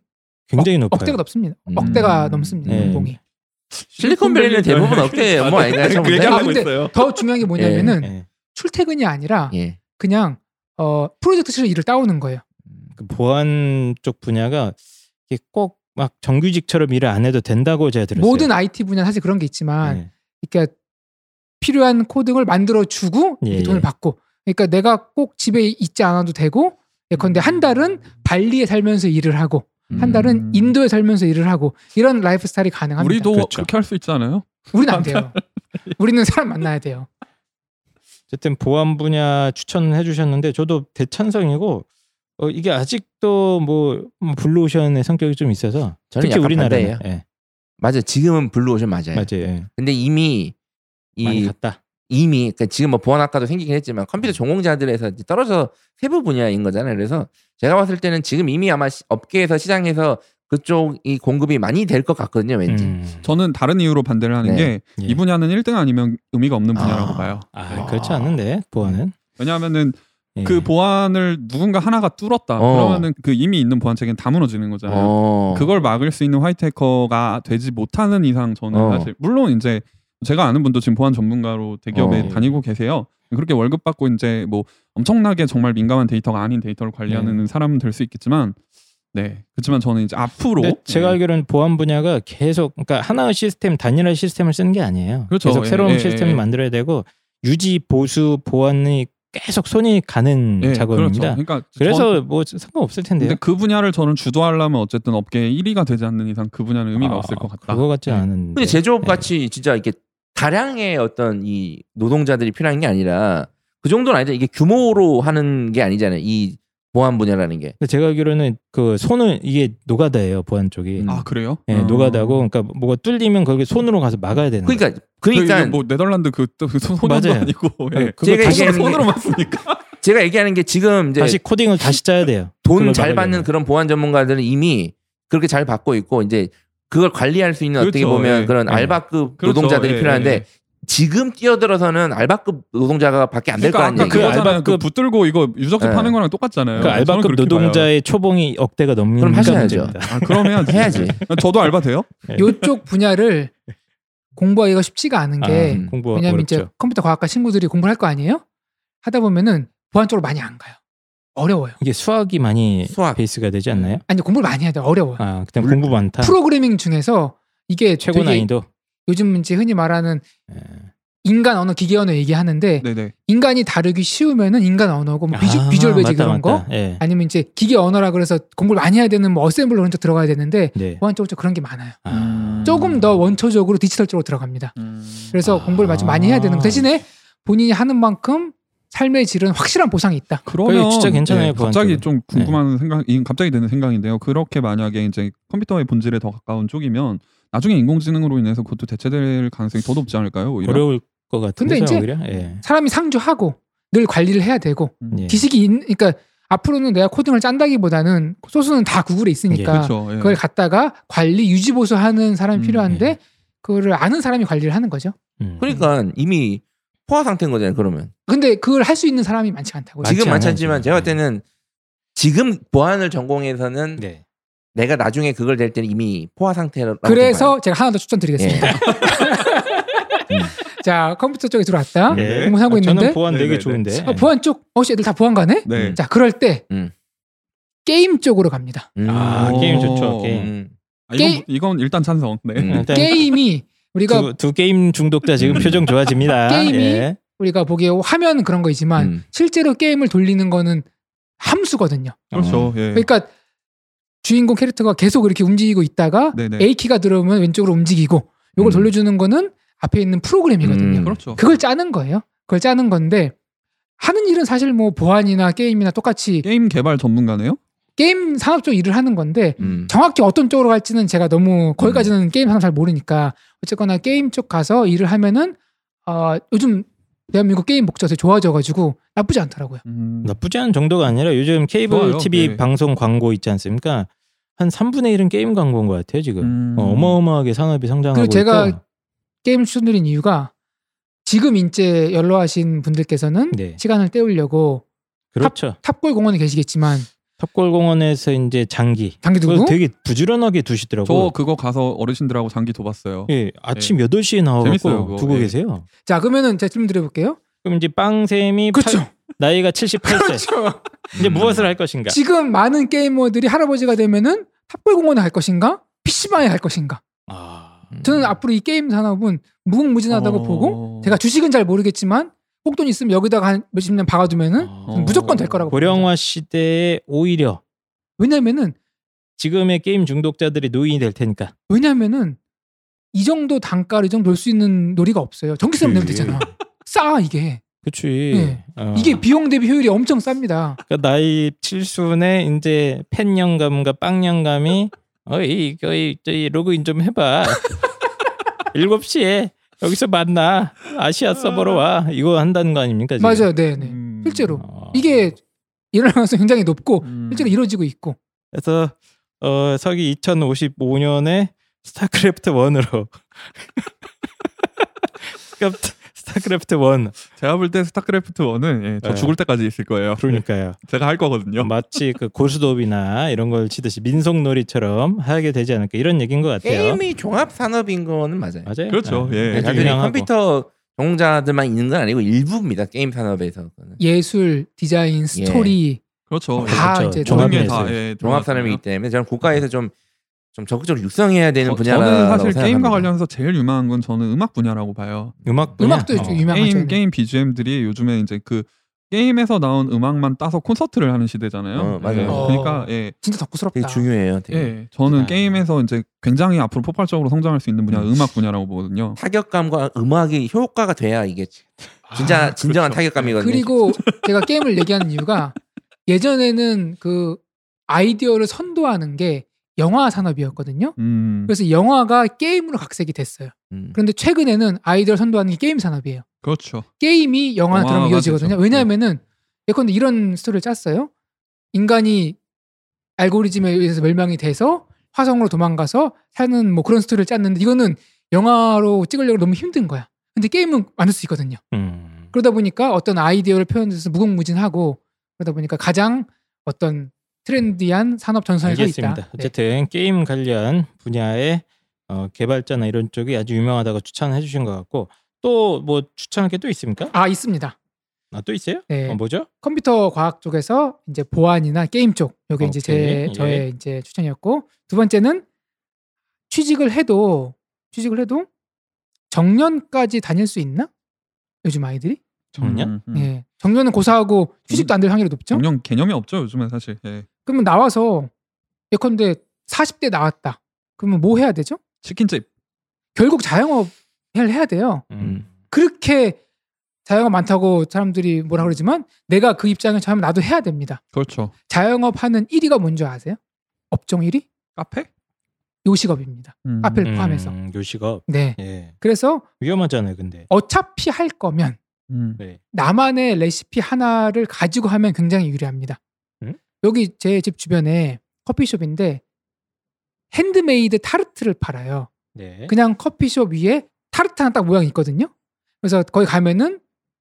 A: 굉장히 높아요.
C: 억대가 넘습니다.
B: 음.
C: 억대가 넘습니다.
A: 네.
C: 연봉이.
B: 실리콘밸리는 대부분 어깨 뭐 아닌가요?
D: 그
B: 전부
D: 얘기
B: 다?
C: 아,
D: 하고
C: 근데
D: 있어요.
C: 더 중요한 게 뭐냐면은
A: 예.
C: 출퇴근이 아니라
B: 예.
C: 그냥 어, 프로젝트실 일을 따오는 거예요.
A: 그 보안 쪽 분야가 이게 꼭 막 정규직처럼 일을 안 해도 된다고 제가 들었어요.
C: 모든 IT 분야 는 사실 그런 게 있지만
A: 예.
C: 그러니까 필요한 코딩을 만들어 주고
A: 예,
C: 돈을
A: 예.
C: 받고 그러니까 내가 꼭 집에 있지 않아도 되고 예컨대 한 달은
A: 음.
C: 발리에 살면서 일을 하고
B: 음.
C: 한 달은 인도에 살면서 일을 하고 이런 라이프 스타일이 가능합니다.
D: 우리도
A: 그렇죠.
D: 그렇게 할 수 있지 않아요?
C: 우리는 안 돼요. 우리는 사람 만나야 돼요.
A: 어쨌든 보안 분야 추천해 주셨는데 저도 대찬성이고 어, 이게 아직도 뭐 음, 블루오션의 성격이 좀 있어서
B: 저는
A: 특히
B: 약간
A: 우리나라는
B: 반대예요.
A: 예,
B: 맞아요. 지금은 블루오션
D: 네.
B: 맞아요.
A: 맞아요. 예.
B: 근데 이미
A: 많이
B: 이
A: 갔다.
B: 이미 그러니까 지금 뭐 보안학과도 생기긴 했지만 컴퓨터
D: 음.
B: 전공자들에서 이제 떨어져 세부 분야인 거잖아요. 그래서 제가 봤을 때는 지금 이미 아마 시- 업계에서 시장에서 그쪽이 공급이 많이 될 것 같거든요. 왠지.
A: 음.
D: 저는 다른 이유로 반대를 하는
B: 네.
A: 예.
D: 게 이 분야는 1등 아니면 의미가 없는 분야라고
B: 아.
D: 봐요.
A: 아 그렇지 않은데 보안은
D: 왜냐하면은
A: 예.
D: 그 보안을 누군가 하나가 뚫었다.
B: 어.
D: 그러면은 그 이미 있는 보안 체계는 다 무너지는 거잖아요.
B: 어.
D: 그걸 막을 수 있는 화이트 해커가 되지 못하는 이상 저는
B: 어.
D: 사실 물론 이제 제가 아는 분도 지금 보안 전문가로 대기업에
B: 어.
D: 다니고 계세요. 그렇게 월급 받고 이제 뭐 엄청나게 정말 민감한 데이터가 아닌 데이터를 관리하는 사람은 될 수 있겠지만 네 그렇지만 저는 이제 앞으로
A: 근데 제가
D: 네.
A: 알기로는 보안 분야가 계속 그러니까 하나의 시스템 단일화 시스템을 쓰는 게 아니에요.
D: 그렇죠.
A: 계속
D: 예,
A: 새로운
D: 예,
A: 시스템을
D: 예.
A: 만들어야 되고 유지 보수 보안이 계속 손이 가는
D: 네,
A: 작업입니다.
D: 그렇죠. 그러니까
A: 그래서
D: 전-
A: 뭐 상관없을 텐데요.
D: 근데 그 분야를 저는 주도하려면 어쨌든 업계의 1위가 되지 않는 이상 그 분야는 의미가
A: 아,
D: 없을 것 같다.
A: 그거 같지
D: 네.
A: 않은데.
B: 근데 제조업 같이 진짜 이렇게 다량의 어떤 이 노동자들이 필요한 게 아니라 그 정도는 아니죠. 이게 규모로 하는 게 아니잖아요. 이 보안 분야라는 게.
A: 근데 제가 알기로는 그 손을 이게 노가다예요 보안 쪽이.
B: 음.
D: 아 그래요?
A: 예,
D: 어.
A: 노가다고 그러니까 뭐가 뚫리면 거기 손으로 가서 막아야 되는. 거예요.
B: 그러니까
D: 그 이게
B: 그러니까
D: 뭐 네덜란드 그, 또 그 손- 손도
A: 맞아요. 어.
D: 아니고 예.
A: 그거
B: 제가
A: 다시,
B: 이게-
D: 손으로- 손으로만 쓰니까
B: 제가 얘기하는 게 지금 이제
A: 다시 코딩을 다시 짜야 돼요.
B: 돈
A: 그걸
B: 잘
A: 막으려면.
B: 받는 그런 보안 전문가들은 이미 그렇게 잘 받고 있고 이제 그걸 관리할 수 있는 어떻게
D: 그렇죠,
B: 보면
D: 예,
B: 그런
A: 예.
B: 알바급
D: 그렇죠,
B: 노동자들이
D: 예,
B: 필요한데
D: 예.
B: 지금 뛰어들어서는 알바급 노동자가 밖에 안 될 거
D: 그러니까
B: 아니에요.
D: 아까
A: 얘기예요.
D: 그거잖아요.
A: 알바급-
D: 그 붙들고 이거 유적지
B: 네.
D: 파는 거랑 똑같잖아요.
A: 그
D: 저는
A: 알바급
D: 예, 그렇게 봐요.
A: 노동자의 초봉이 억대가 넘는
B: 그럼 하셔야죠.
C: 음.
D: 아, 그럼 해야지.
B: 해야지.
D: 저도 알바 돼요?
A: 예.
C: 요쪽 분야를 공부하기가 쉽지가 않은 게
B: 음.
A: 아, 공부
C: 네. 왜냐하면 이제
A: 뭐 어렵죠.
C: 컴퓨터 과학과 친구들이 공부를 할 거 아니에요? 하다 보면은 보안 쪽으로 많이 안 가요. 어려워요.
A: 이게 수학이 많이
B: 수학.
A: 베이스가 되지 않나요?
C: 아니 공부를 많이 해야 돼. 어려워. 요
A: 아, 그다음 공부 많다.
C: 프로그래밍 중에서 이게
A: 최고
C: 되게
A: 난이도.
C: 요즘 이제 흔히 말하는
A: 예.
C: 인간 언어, 기계 언어 얘기하는데
D: 네네.
C: 인간이 다루기 쉬우면은 인간 언어고 뭐 비주,
A: 아,
C: 비주얼 베이직
A: 맞다,
C: 그런 거
A: 맞다. 예.
C: 아니면 이제 기계 언어라 그래서 공부를 많이 해야 되는 뭐 어셈블러 그런 쪽 들어가야 되는데
A: 네.
C: 보안 쪽은 좀 그런 게 많아요.
A: 아.
C: 조금 더 원초적으로 디지털 쪽으로 들어갑니다. 그래서
A: 아.
C: 공부를 아주 많이 해야 되는 거 대신에 본인이 하는 만큼 삶의 질은 확실한 보상이 있다.
D: 그러면 네,
A: 거의 진짜 괜찮아요, 네. 보안
D: 갑자기
A: 쪽은.
D: 좀 궁금한 생각, 이- 갑자기 드는 생각인데요. 그렇게 만약에 이제 컴퓨터의 본질에 더 가까운 쪽이면 나중에 인공지능으로 인해서 그것도 대체될 뭐 가능성이 더 높지 않을까요? 오히려.
A: 어려울 것 같은데
C: 근데 이제-
A: 오히려. 예.
C: 사람이 상주하고 늘 관리를 해야 되고
A: 예.
C: 지식이 있, 그러니까 앞으로는 내가 코딩을 짠다기보다는 소스는 다 구글에 있으니까
D: 그렇죠. 예.
C: 그걸 갖다가 관리 유지 보수하는 사람이
A: 음,
C: 필요한데
A: 예.
C: 그거를 아는 사람이 관리를 하는 거죠.
A: 음.
B: 그러니까 이미 포화 상태인 거잖아요. 그러면
C: 근데 그걸 할 수 있는 사람이 많지 않다고요.
A: 많지
B: 지금 많지
A: 않아요, 지금.
B: 않지만 제가 볼 때는 지금 보안을 전공해서는
A: 네.
B: 내가 나중에 그걸 될 때는 이미 포화 상태라고
C: 그래서
B: 봐요. 예.
C: 제가 하나 더 추천드리겠습니다. 자 컴퓨터 쪽에 들어왔다.
A: 예.
C: 네. 공부하고
A: 아, 저는
C: 있는데
A: 보안 되게
D: 네네네.
A: 좋은데.
C: 어, 보안 쪽 어씨 애들 다 보안 가네.
D: 네.
C: 자 그럴 때
B: 음.
C: 게임 쪽으로 갑니다.
B: 음.
A: 아
D: 음.
A: 게임 좋죠. 게임.
B: 음.
D: 아, 이건,
C: 게임-
D: 이건 일단 찬성. 네.
B: 음.
A: 일단
C: 게임이 우리가
A: 두, 두 게임 중독자 지금 표정 좋아집니다.
C: 게임이
A: 예.
C: 우리가 보기에 화면 그런 거이지만
B: 음.
C: 실제로 게임을 돌리는 거는 함수거든요.
D: 그렇죠. 예.
C: 그러니까 주인공 캐릭터가 계속 이렇게 움직이고 있다가
D: 네네.
C: A 키가 들어오면 왼쪽으로 움직이고 요걸
B: 음.
C: 돌려주는 거는 앞에 있는 프로그램이거든요.
B: 음.
D: 그렇죠.
C: 그걸 짜는 거예요. 그걸 짜는 건데 하는 일은 사실 뭐 보안이나 게임이나 똑같이
D: 게임 개발 전문가네요.
C: 게임 산업 쪽 일을 하는 건데
B: 음.
C: 정확히 어떤 쪽으로 갈지는 제가 너무 거기까지는 게임 상업 잘 모르니까 어쨌거나 게임 쪽 가서 일을 하면은 어, 요즘 대한민국 게임 목적이 되게 좋아져가지고 나쁘지 않더라고요.
D: 음.
A: 나쁘지 않은 정도가 아니라 요즘 케이블
D: 좋아요.
A: TV
D: 네.
A: 방송 광고 있지 않습니까? 한 3분의 1은 게임 광고인 것 같아요 지금.
D: 음.
A: 어, 어마어마하게 산업이 성장하고
C: 그리고 제가
A: 있고.
C: 게임 추천드린 이유가 지금 인제 연로하신 분들께서는
A: 네.
C: 시간을 때우려고
A: 그렇죠.
C: 탑골 공원에 계시겠지만
A: 탑골공원에서 이제 장기.
C: 장기
A: 그거
C: 두고
A: 되게 부지런하게 두시더라고.
D: 저
A: 요
D: 그거 가서 어르신들하고 장기 둬봤어요.
A: 예, 아침 8시에
D: 재밌어요,
A: 나와갖고
D: 그거.
A: 두고
D: 예.
A: 계세요.
C: 자 그러면은 제가 질문 드려볼게요.
A: 그럼 이제 빵쌤이
C: 그렇죠,
A: 팔- 나이가 78세.
C: 그렇죠.
A: 이제 무엇을 할 것인가?
C: 지금 많은 게이머들이 할아버지가 되면은 탑골 공원에 갈 것인가? PC방에 갈 것인가?
A: 아,
B: 음.
C: 저는 앞으로 이 게임 산업은 무궁무진하다고
D: 어.
C: 보고 제가 주식은 잘 모르겠지만 혹돈 있으면 여기다가 한 몇십 년 박아두면은
A: 어.
C: 무조건 될 거라고 봅니다.
A: 고령화 시대에 오히려
C: 왜냐면은
A: 지금의 게임 중독자들이 노인이 될 테니까.
C: 왜냐면은 이 정도 단가로 이 정도 놀 수 있는 놀이가 없어요. 전기세 내면 되잖아. 싸 이게
A: 그치.
C: 예.
A: 어.
C: 이게 비용 대비 효율이 엄청 쌉니다.
A: 그러니까 나이 칠순에 이제 팬 영감과 빵 영감이 어이 거의 저희 로그인 좀 해봐. 일곱 시에 여기서 만나 아시아 서버로 와 이거 한다는 거 아닙니까? 지금?
C: 맞아요, 네, 네.
D: 음.
C: 실제로
A: 어.
C: 이게 일어날 가능성이 굉장히 높고
D: 음.
C: 실제로 이루어지고 있고
A: 그래서 어 서기 2055년에 스타크래프트 1으로 스타크래프트 1
D: 제가 볼 때 스타크래프트 1은 예, 저
A: 네.
D: 죽을 때까지 있을 거예요.
A: 그러니까요.
D: 제가 할 거거든요.
A: 마치 그 고스톱이나 이런 걸 치듯이 민속놀이처럼 하게 되지 않을까 이런 얘기인 것 같아요.
B: 게임이 종합 산업인 거는 맞아요.
A: 맞아요.
D: 그렇죠, 예.
A: 아주
B: 단순히
A: 네, 유명하고.
B: 네, 컴퓨터 전공자들만 있는 건 아니고 일부입니다. 게임 산업에서 그거는.
C: 예술, 디자인, 스토리
D: 그렇죠.
C: 아, 다
A: 그렇죠.
C: 이제
D: 모든
A: 종합
D: 게
A: 예술.
D: 다 예,
B: 종합 산업이기 때문에 저는 국가에서 좀 좀 적극적으로 육성해야 되는
D: 어,
B: 분야라고
D: 저는 사실
B: 생각합니다.
D: 게임과 관련해서 제일 유명한 건 저는 음악 분야라고 봐요.
A: 음악 분야?
C: 음악도
A: 어.
C: 유명하죠.
D: 게임 게임 BGM들이 요즘에 이제 그 게임에서 나온 음악만 따서 콘서트를 하는 시대잖아요.
B: 어, 맞아요.
D: 예,
C: 어.
D: 그러니까 예,
C: 진짜 덕후스럽다.
B: 되게 중요해요. 되게.
D: 예, 저는
A: 아.
D: 게임에서 이제 굉장히 앞으로 폭발적으로 성장할 수 있는 분야 음. 악 분야라고 보거든요.
B: 타격감과 음악이 효과가 돼야 이게 진짜 진정한 타격감이거든요.
C: 그리고 제가 게임을 얘기하는 이유가 예전에는 그 아이디어를 선도하는 게 영화 산업이었거든요.
D: 음,
C: 그래서 영화가 게임으로 각색이 됐어요.
B: 음.
C: 그런데 최근에는 아이디어를 선도하는 게 게임 산업이에요.
D: 그렇죠.
C: 게임이 영화나 드라마
D: 영화가
C: 이어지거든요.
D: 되죠.
C: 왜냐하면은
A: 네.
C: 예컨대 이런 스토리를 짰어요. 인간이 알고리즘에 의해서 멸망이 돼서 화성으로 도망가서 사는 뭐 그런 스토리를 짰는데 이거는 영화로 찍으려고 너무 힘든 거야. 근데 게임은 만들 수 있거든요.
A: 음.
C: 그러다 보니까 어떤 아이디어를 표현해서 무궁무진하고 그러다 보니까 가장 어떤 트렌디한 산업 전선에 서 있다. 네.
A: 알겠습니다. 어쨌든 게임 관련 분야의 어, 개발자나 이런 쪽이 아주 유명하다고 추천해 주신 것 같고 또 뭐 추천할 게 또 있습니까?
C: 아 있습니다.
A: 아, 또 있어요?
C: 네.
A: 어, 뭐죠?
C: 컴퓨터 과학 쪽에서 이제 보안이나 게임 쪽 요게 이제 제
A: 오케이, 예.
C: 저의 이제 추천이었고 두 번째는 취직을 해도 취직을 해도 정년까지 다닐 수 있나? 요즘 아이들이?
A: 정년?
D: 음, 음.
C: 예. 정년은 고사하고 취직도 안 될 확률이 높죠.
D: 정년 개념이 없죠 요즘에 사실. 예.
C: 그러면 나와서 예컨대 40대 나왔다. 그러면 뭐 해야 되죠?
D: 치킨집.
C: 결국 자영업을 해야 돼요.
A: 음.
C: 그렇게 자영업 많다고 사람들이 뭐라 그러지만 내가 그 입장에 처하면 나도 해야 됩니다.
D: 그렇죠.
C: 자영업 하는 1위가 뭔지 아세요? 업종 1위?
D: 카페?
C: 요식업입니다.
D: 음.
C: 카페를 포함해서.
A: 음, 요식업.
C: 네.
A: 예.
C: 그래서
A: 위험하잖아요, 근데.
C: 어차피 할 거면
D: 음.
A: 네.
C: 나만의 레시피 하나를 가지고 하면 굉장히 유리합니다.
A: 음?
C: 여기 제 집 주변에 커피숍인데 핸드메이드 타르트를 팔아요.
A: 네.
C: 그냥 커피숍 위에 타르트 하나 딱 모양이 있거든요. 그래서 거기 가면은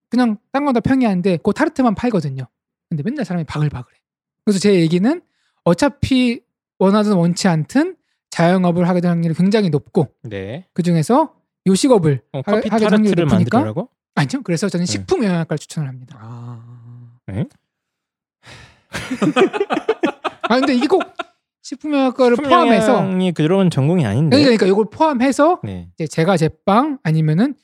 C: 그냥 딴 건 다 평이한데 그 타르트만 팔거든요. 근데 맨날 사람이 바글바글해. 그래서 제 얘기는 어차피 원하든 원치 않든 자영업을 하게 될 확률이 굉장히 높고
A: 네.
C: 그 중에서 요식업을
A: 어,
C: 하-
A: 커피
C: 하게 될 확률이
A: 타르트를
C: 높으니까
A: 만들라고?
C: 아니죠. 그래서 저는
A: 네.
C: 식품 영양학과를 추천을 합니다.
D: 아.
C: 아 근데 이게 꼭 식품 영양학과를 포함해서
A: 이 그런 전공이 아닌데.
C: 그러니까 그러니까 이걸 포함해서
A: 네.
C: 이제 제가 제빵 아니면은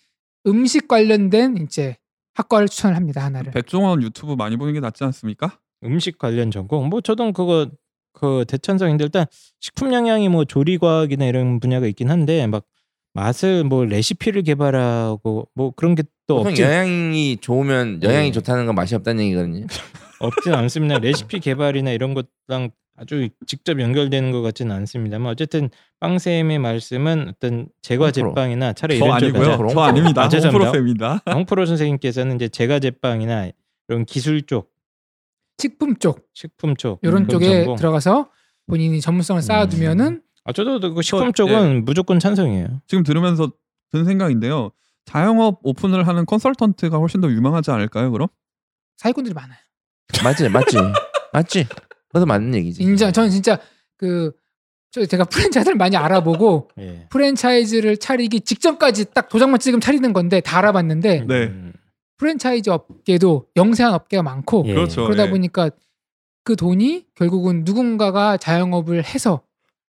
C: 음식 관련된 이제 학과를 추천을 합니다 하나를.
D: 백종원 유튜브 많이 보는 게 낫지 않습니까?
A: 음식 관련 전공. 뭐 저도 그거 그 대천성인데 일단 식품 영양이 뭐 조리 과학이나 이런 분야가 있긴 한데 막 맛을 뭐 레시피를 개발하고 뭐 그런 게 또
B: 보통
A: 없지
B: 영양이 좋으면 영양이
A: 네.
B: 좋다는 건 맛이 없다는 얘기거든요.
A: 없진 않습니다. 레시피 개발이나 이런 것랑 아주 직접 연결되는 것 같지는 않습니다만 어쨌든 빵쌤의 말씀은 어떤 제과
B: 100%.
A: 제빵이나 차라리
D: 저
A: 이런
D: 아니고요.
A: 쪽으로
D: 저 아닙니다.
A: 아, 죄송합니다.
D: 홍프로쌤입니다.
A: 홍프로 선생님께서는 이제 제과 제빵이나 이런 기술 쪽,
C: 식품 쪽
A: 식품 쪽
C: 이런
A: 그런
C: 쪽에
A: 전공. 음.
C: 들어가서 본인이 전문성을 쌓아두면은
A: 아, 저도 그 식품
D: 저,
A: 쪽은 무조건 찬성이에요.
D: 지금 들으면서 든 생각인데요. 자영업 오픈을 하는 컨설턴트가 훨씬 더 유망하지 않을까요? 그럼?
C: 사기꾼들이 많아요.
B: 맞지, 맞지, 맞지. 그것도 맞는 얘기지.
A: 음.
C: 인정. 저는 진짜 그 저- 제가 프랜차이즈를 많이 알아보고
A: 예.
C: 프랜차이즈를 차리기 직전까지 딱 도장만 찍으면 차리는 건데 다 알아봤는데
D: 네.
A: 음,
C: 프랜차이즈 업계도 영세한 업계가 많고
A: 예.
D: 그렇죠.
C: 그러다
D: 예.
C: 보니까 그 돈이 결국은 누군가가 자영업을 해서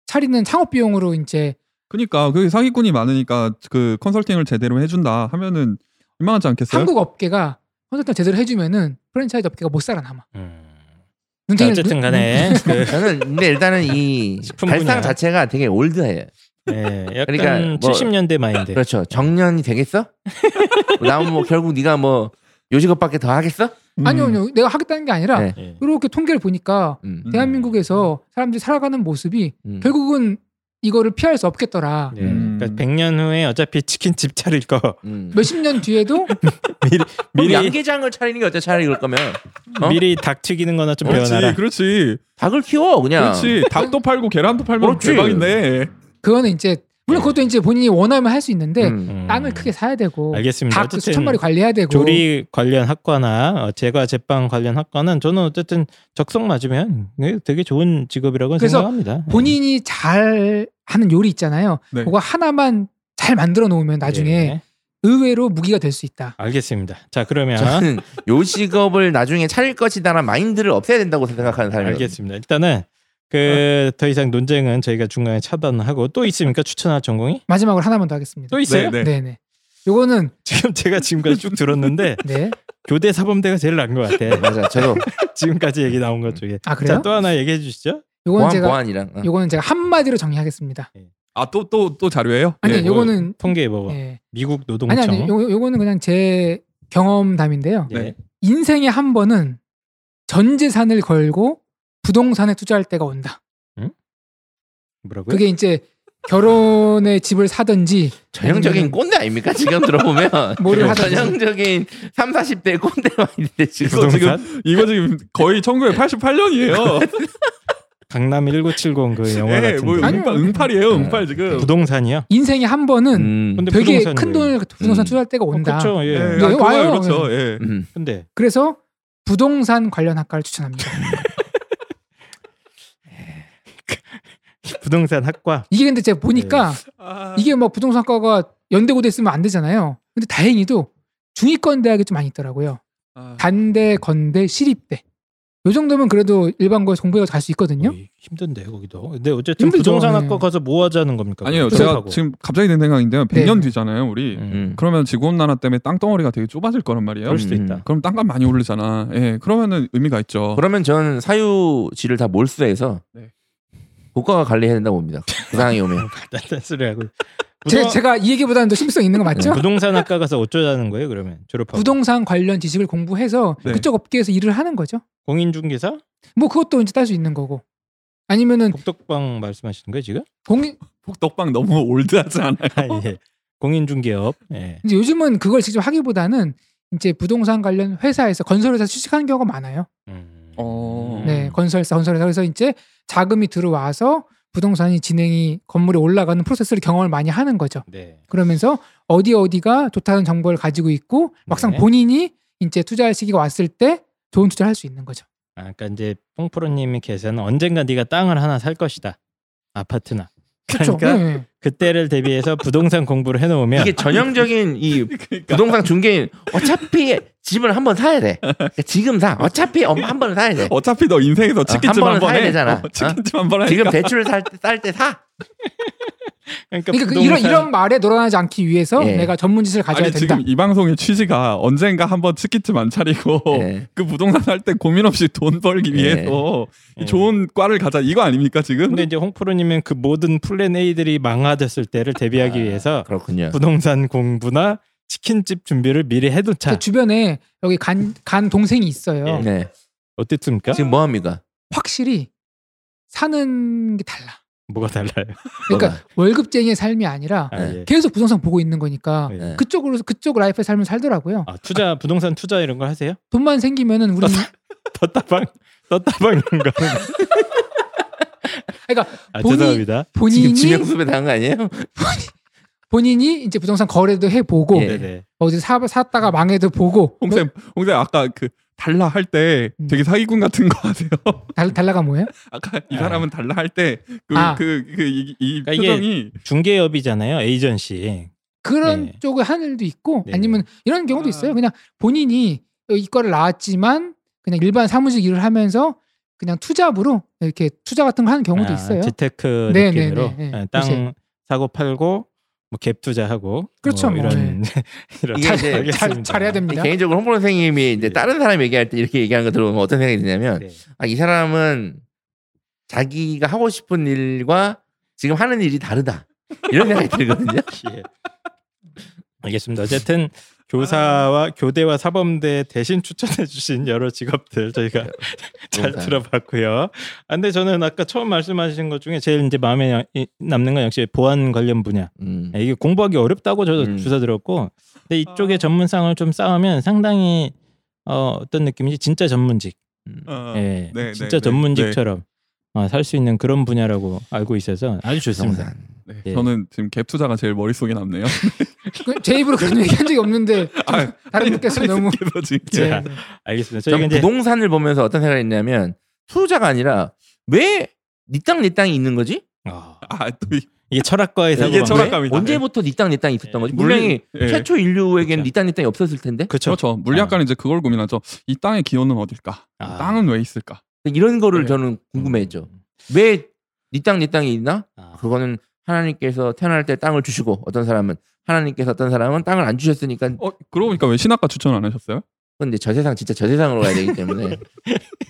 C: 차리는 창업 비용으로 이제
D: 그러니까 그 사기꾼이 많으니까 그 컨설팅을 제대로 해준다 하면은 유망하지 않겠어요?
C: 한국 업계가 컨설팅 제대로 해주면은 프랜차이즈 업계가 못 살아남아.
A: 음. 자,
C: 눈탱이를-
A: 어쨌든
C: 눈-
A: 간에 그,
B: 저는 근데 일단은 이
A: 식품 분야.
B: 발상 자체가 되게 올드해요.
A: 예, 약간
B: 그러니까 뭐-
A: 70년대 마인드.
B: 그렇죠. 정년이 되겠어? 나면 뭐 결국 네가 뭐 요식업밖에 더 하겠어?
D: 음.
C: 아니요, 아니요. 내가 하겠다는 게 아니라
B: 네.
A: 예.
C: 이렇게 통계를 보니까
B: 음,
D: 음.
C: 대한민국에서 사람들이 살아가는 모습이
B: 음.
C: 결국은 이거를 피할 수 없겠더라.
A: 예. 그러니까
D: 음.
A: 100년 후에 어차피 치킨집 차릴 거
B: 음.
C: 몇십 년 뒤에도
B: 그럼
A: 미리
B: 양계장을 차리는 게 어때? 차라리 이럴 거면 어?
A: 미리 닭 튀기는 거나 좀
D: 그렇지,
A: 배워놔라.
D: 그렇지,
B: 닭을 키워 그냥.
D: 그렇지. 닭도 팔고 계란도 팔면
B: 그렇지.
D: 대박인데.
C: 그거는 이제 물론 그것도 이제 본인이 원하면 할 수 있는데
B: 음.
A: 네. 음.
C: 땅을 크게 사야 되고
A: 알겠습니다.
C: 닭
A: 어쨌든
C: 수천 마리 관리해야 되고
A: 조리 관련 학과나 어, 제과 제빵 관련 학과는 저는 어쨌든 적성 맞으면 이게 되게 좋은 직업이라고
C: 그래서
A: 생각합니다.
C: 본인이 잘 하는 요리 있잖아요.
D: 네.
C: 그거 하나만 잘 만들어 놓으면 나중에
A: 예,
C: 의외로 무기가 될 수 있다.
A: 알겠습니다. 자 그러면
B: 저는 요식업을 나중에 차릴 것이다라는 마인드를 없애야 된다고 생각하는 사람이에요.
A: 알겠습니다. 일단은 그 더 이상 논쟁은 저희가 중간에 차단하고 또 있습니다. 추천할 전공이
C: 마지막으로 하나만 더 하겠습니다.
A: 또 있어요?
D: 네, 네.
C: 네네. 요거는
A: 지금 제가 지금까지 쭉 들었는데
C: 네.
A: 교대 사범대가 제일 나은 것 같아.
B: 맞아. 저도
A: 지금까지 얘기 나온 것 중에.
C: 아 그래요?
A: 자또 하나 얘기해 주시죠.
C: 요거는
B: 보안
C: 제가
B: 보안이랑 어.
C: 요거는 제가 한마디로 정리하겠습니다.
D: 아 또 또 또 자료예요?
C: 아니
D: 예.
A: 뭐-
C: 요거는
A: 통계 봐봐.
C: 예.
A: 미국 노동청.
C: 아니 아니 요 요거는 그냥 제 경험담인데요.
A: 네.
C: 인생에 한 번은 전 재산을 걸고 부동산에 투자할 때가 온다.
A: 뭐라고요?
C: 그게 이제 결혼의 집을 사든지
B: 아, 전형적인 꼰대 아닙니까? 지금 들어보면
C: 뭐를 하든지.
B: 전형적인 3, 40대 꼰대 마인드 지금
D: 이거
A: 부동산?
D: 지금 이거 지금 거의 1988년이에요.
A: 강남 1970 그 영화
D: 예,
A: 같은데
D: 뭐
C: 네, 아니,
D: 응팔, 응팔이에요, 응팔 지금.
A: 부동산이요.
C: 인생에 한 번은
B: 음.
A: 근데
C: 되게
A: 부동산이에요.
C: 큰 돈을 부동산
B: 음.
C: 투자할 때가 온다.
A: 그렇죠. 예.
D: 예, 아,
C: 네,
D: 그거요,
C: 와요.
D: 그렇죠. 예.
B: 음.
A: 근데
C: 그래서 부동산 관련 학과를 추천합니다.
A: 부동산 학과
C: 이게 근데 제가
A: 네.
C: 보니까 이게 막 부동산과가 연대고대 있으면 안 되잖아요. 근데 다행히도 중위권 대학이 좀 많이 있더라고요.
D: 아,
C: 단대, 건대, 시립대. 요 정도면 그래도 일반고에 공부해서 갈 수 있거든요.
A: 어이, 힘든데 거기도. 근데 어쨌든
C: 힘들죠.
A: 부동산
C: 예.
A: 학과 가서 뭐 하자는 겁니까?
D: 아니에요.
A: 그거
D: 제가
A: 하고.
D: 지금 갑자기 든 생각인데요. 100년
C: 네.
D: 뒤잖아요, 우리.
A: 음.
B: 음.
D: 그러면 지구온 나라 때문에 땅덩어리가 되게 좁아질 거란 말이에요.
A: 그럴 수도
B: 음.
A: 있다.
D: 그럼 땅값 많이 오르잖아. 예, 그러면은 의미가 있죠.
B: 그러면 저는 사유지를 다 몰수해서
D: 네.
B: 국가가 관리해야 된다고 봅니다. 그 상황이 오면.
A: 딴딴 소리 하고.
C: 제,
A: 부동- 그렇죠.
C: 제가 이 얘기보다는 더 심성 있는 거 맞죠?
A: 부동산 학과 가서 어쩌자는 거예요, 그러면? 졸업하고.
C: 부동산 관련 지식을 공부해서
D: 네.
C: 그쪽 업계에서 일을 하는 거죠.
A: 공인중개사?
C: 뭐 그것도 이제 딸 수 있는 거고. 아니면은
A: 복덕방 말씀하시는 거예요, 지금?
C: 공인
D: 폭덕방 너무 올드하지 않아요?
A: 아, 예. 공인중개업. 예.
C: 이제 요즘은 그걸 직접 하기보다는 이제 부동산 관련 회사에서 건설회사 취직하는 경우가 많아요.
A: 음.
D: 어.
C: 네, 건설사, 건설회사 그래서 이제 자금이 들어와서 부동산이 진행이 건물이 올라가는 프로세스를 경험을 많이 하는 거죠.
A: 네.
C: 그러면서 어디 어디가 좋다는 정보를 가지고 있고 막상
A: 네.
C: 본인이 이제 투자할 시기가 왔을 때 좋은 투자를 할 수 있는 거죠.
A: 아, 그러니까 이제 뽕프로님이 계산은 언젠가 네가 땅을 하나 살 것이다. 아파트나.
C: 그렇죠.
A: 그러니까
C: 네, 네.
A: 그때를 대비해서 부동산 공부를 해놓으면
B: 이게 전형적인 이
D: 그러니까
B: 부동산 중개인 어차피 집을 한 번 사야 돼. 그러니까 지금 사. 어차피 한 번 사야 돼.
D: 어차피 너 인생에서 치킨집
B: 네. 번은
D: 한번
B: 사야
D: 해.
B: 되잖아.
D: 어, 치킨집 한번 하니까.
B: 지금
C: 그러니까.
B: 대출 살때 사.
A: 그러니까,
C: 그러니까 그
A: 부동산-
C: 이런 이런 말에 놀아나지 않기 위해서
B: 예.
C: 내가 전문지식을 가져야
D: 아니
C: 된다.
D: 지금 이 방송의 취지가 언젠가 한번 치킨집 안 차리고
C: 어.
B: 예.
D: 그 부동산 살 때 고민 없이 돈 벌기
B: 예.
D: 위해서 이
A: 예.
D: 좋은 과를 가자 이거 아닙니까 지금?
A: 근데 이제 홍프로님은 그 모든 플랜 A들이 망하됐을 때를
C: 아,
A: 대비하기 위해서
B: 그렇군요.
A: 부동산 공부나 치킨집 준비를 미리 해놓자. 음.
C: 그 주변에 여기 간, 간 동생이 있어요.
A: 예.
B: 네.
A: 어땠습니까?
B: 지금 뭐 합니까?
C: 확실히 사는 게 달라.
A: 뭐가 달라요?
B: 어,
A: 어.
C: 그러니까 월급쟁이의 삶이 아니라
A: 아, 예.
C: 계속 부동산 보고 있는 거니까
A: 예.
B: 네.
C: 그쪽으로 그쪽 라이프의 삶을 살더라고요.
A: 아, 투자 부동산 투자 이런 걸 하세요?
C: 돈만 생기면은 우리
A: 떴다방 떴다방인가?
C: 그러니까
A: 아,
C: 본인-
A: 죄송합니다.
C: 본인이
B: 지금 지명수배 당한 거 아니에요?
C: 본인이 이제 부동산 거래도 해보고
B: 예.
A: 네네.
C: 어디 사 샀다가 망해도 보고
D: 홍쌤
A: 네.
D: 홍쌤 아까 그 달라 할 때
C: 음.
D: 되게 사기꾼 같은 거 아세요?
C: 달, 달러가 뭐예요?
D: 아까 이 사람은 달라 할 때 그 그 그 이
C: 아.
A: 그러니까 이게
D: 표정이
A: 중개업이잖아요, 에이전시.
C: 그런
A: 예.
C: 쪽의 하늘도 있고
A: 네.
C: 아니면 이런 경우도
D: 아.
C: 있어요. 그냥 본인이 이과를 나왔지만 그냥 일반 사무직 일을 하면서 그냥 투잡으로 이렇게 투자 같은 거 하는 경우도
A: 아,
C: 있어요.
A: 재테크
C: 네,
A: 느낌으로
C: 네, 네, 네.
A: 예, 땅
C: 글쎄.
A: 사고 팔고 뭐 갭 투자하고
C: 그렇죠,
A: 뭐
C: 뭐,
A: 이런 이런
B: 이게 이제 네,
A: 알겠습니다.
C: 잘, 잘해야 됩니다.
B: 개인적으로 홍보 선생님이 이제
A: 예.
B: 다른 사람 얘기할 때 이렇게 얘기하는 거 들어보면 어떤 생각이 드냐면
A: 네.
B: 아, 이 사람은 자기가 하고 싶은 일과 지금 하는 일이 다르다. 이런 생각이 들거든요.
A: 예. 알겠습니다. 어쨌든
B: 아.
A: 교사와 교대와 사범대 대신 추천해주신 여러 직업들 저희가 잘
B: 네. 감사합니다.
A: 들어봤고요. 아, 근데 저는 아까 처음 말씀하신 것 중에 제일 이제 마음에 야- 이- 남는 건 역시 보안 관련 분야.
B: 음.
A: 이게 공부하기 어렵다고 저도
B: 음.
A: 주사 들었고, 근데 이쪽에
D: 아.
A: 전문성을 좀 쌓으면 상당히 어, 어떤 느낌인지 진짜 전문직,
B: 아.
D: 어,
A: 예,
D: 네,
A: 진짜
D: 네,
A: 전문직처럼
B: 네.
A: 어, 살 수 있는 그런 분야라고 알고 있어서 아주 좋습니다.
B: 부동산.
D: 네, 네.
A: 예.
D: 저는 지금 갭 투자가 제일 머릿속에 남네요.
C: 그- 제 입으로 그런 얘기 한 적이 없는데
D: 아,
C: 다른 분께서 너무
D: 그래서 지금
C: 네,
A: 자,
C: 네.
A: 알겠습니다. 저희가
B: 저는
A: 이제
B: 부동산을 보면서 어떤 생각이 있냐면 투자가 아니라 왜니땅내 땅이 있는 거지?
A: 아,
D: 아또
A: 이게 철학과에서
D: 이게
A: 하고 방금-
D: 철학- 철학감이다.
B: 언제부터 니땅내 땅이 있었던 거지?
D: 예.
B: 분명히
D: 물리- 예.
B: 최초 인류에게는
A: 네. 그렇죠.
B: 니땅내 땅이 없었을 텐데
A: 그렇죠.
D: 그렇죠. 물리학과는 이제 그걸 고민하죠. 이 땅의 기원은 어딜까?
A: 아.
D: 땅은 왜 있을까?
B: 이런 거를
A: 네.
D: 예.
B: 저는 궁금해했죠. 왜 니땅내 땅이 있나? 아,
A: 아,
B: 그거는 하나님께서 태어날 때 땅을 주시고 어떤 사람은 하나님께서 어떤 사람은 땅을 안 주셨으니까
D: 어 그러고 보니까 왜 신학과 추천 안 하셨어요?
B: 근데 저 세상 진짜 저 세상으로 가야 되기 때문에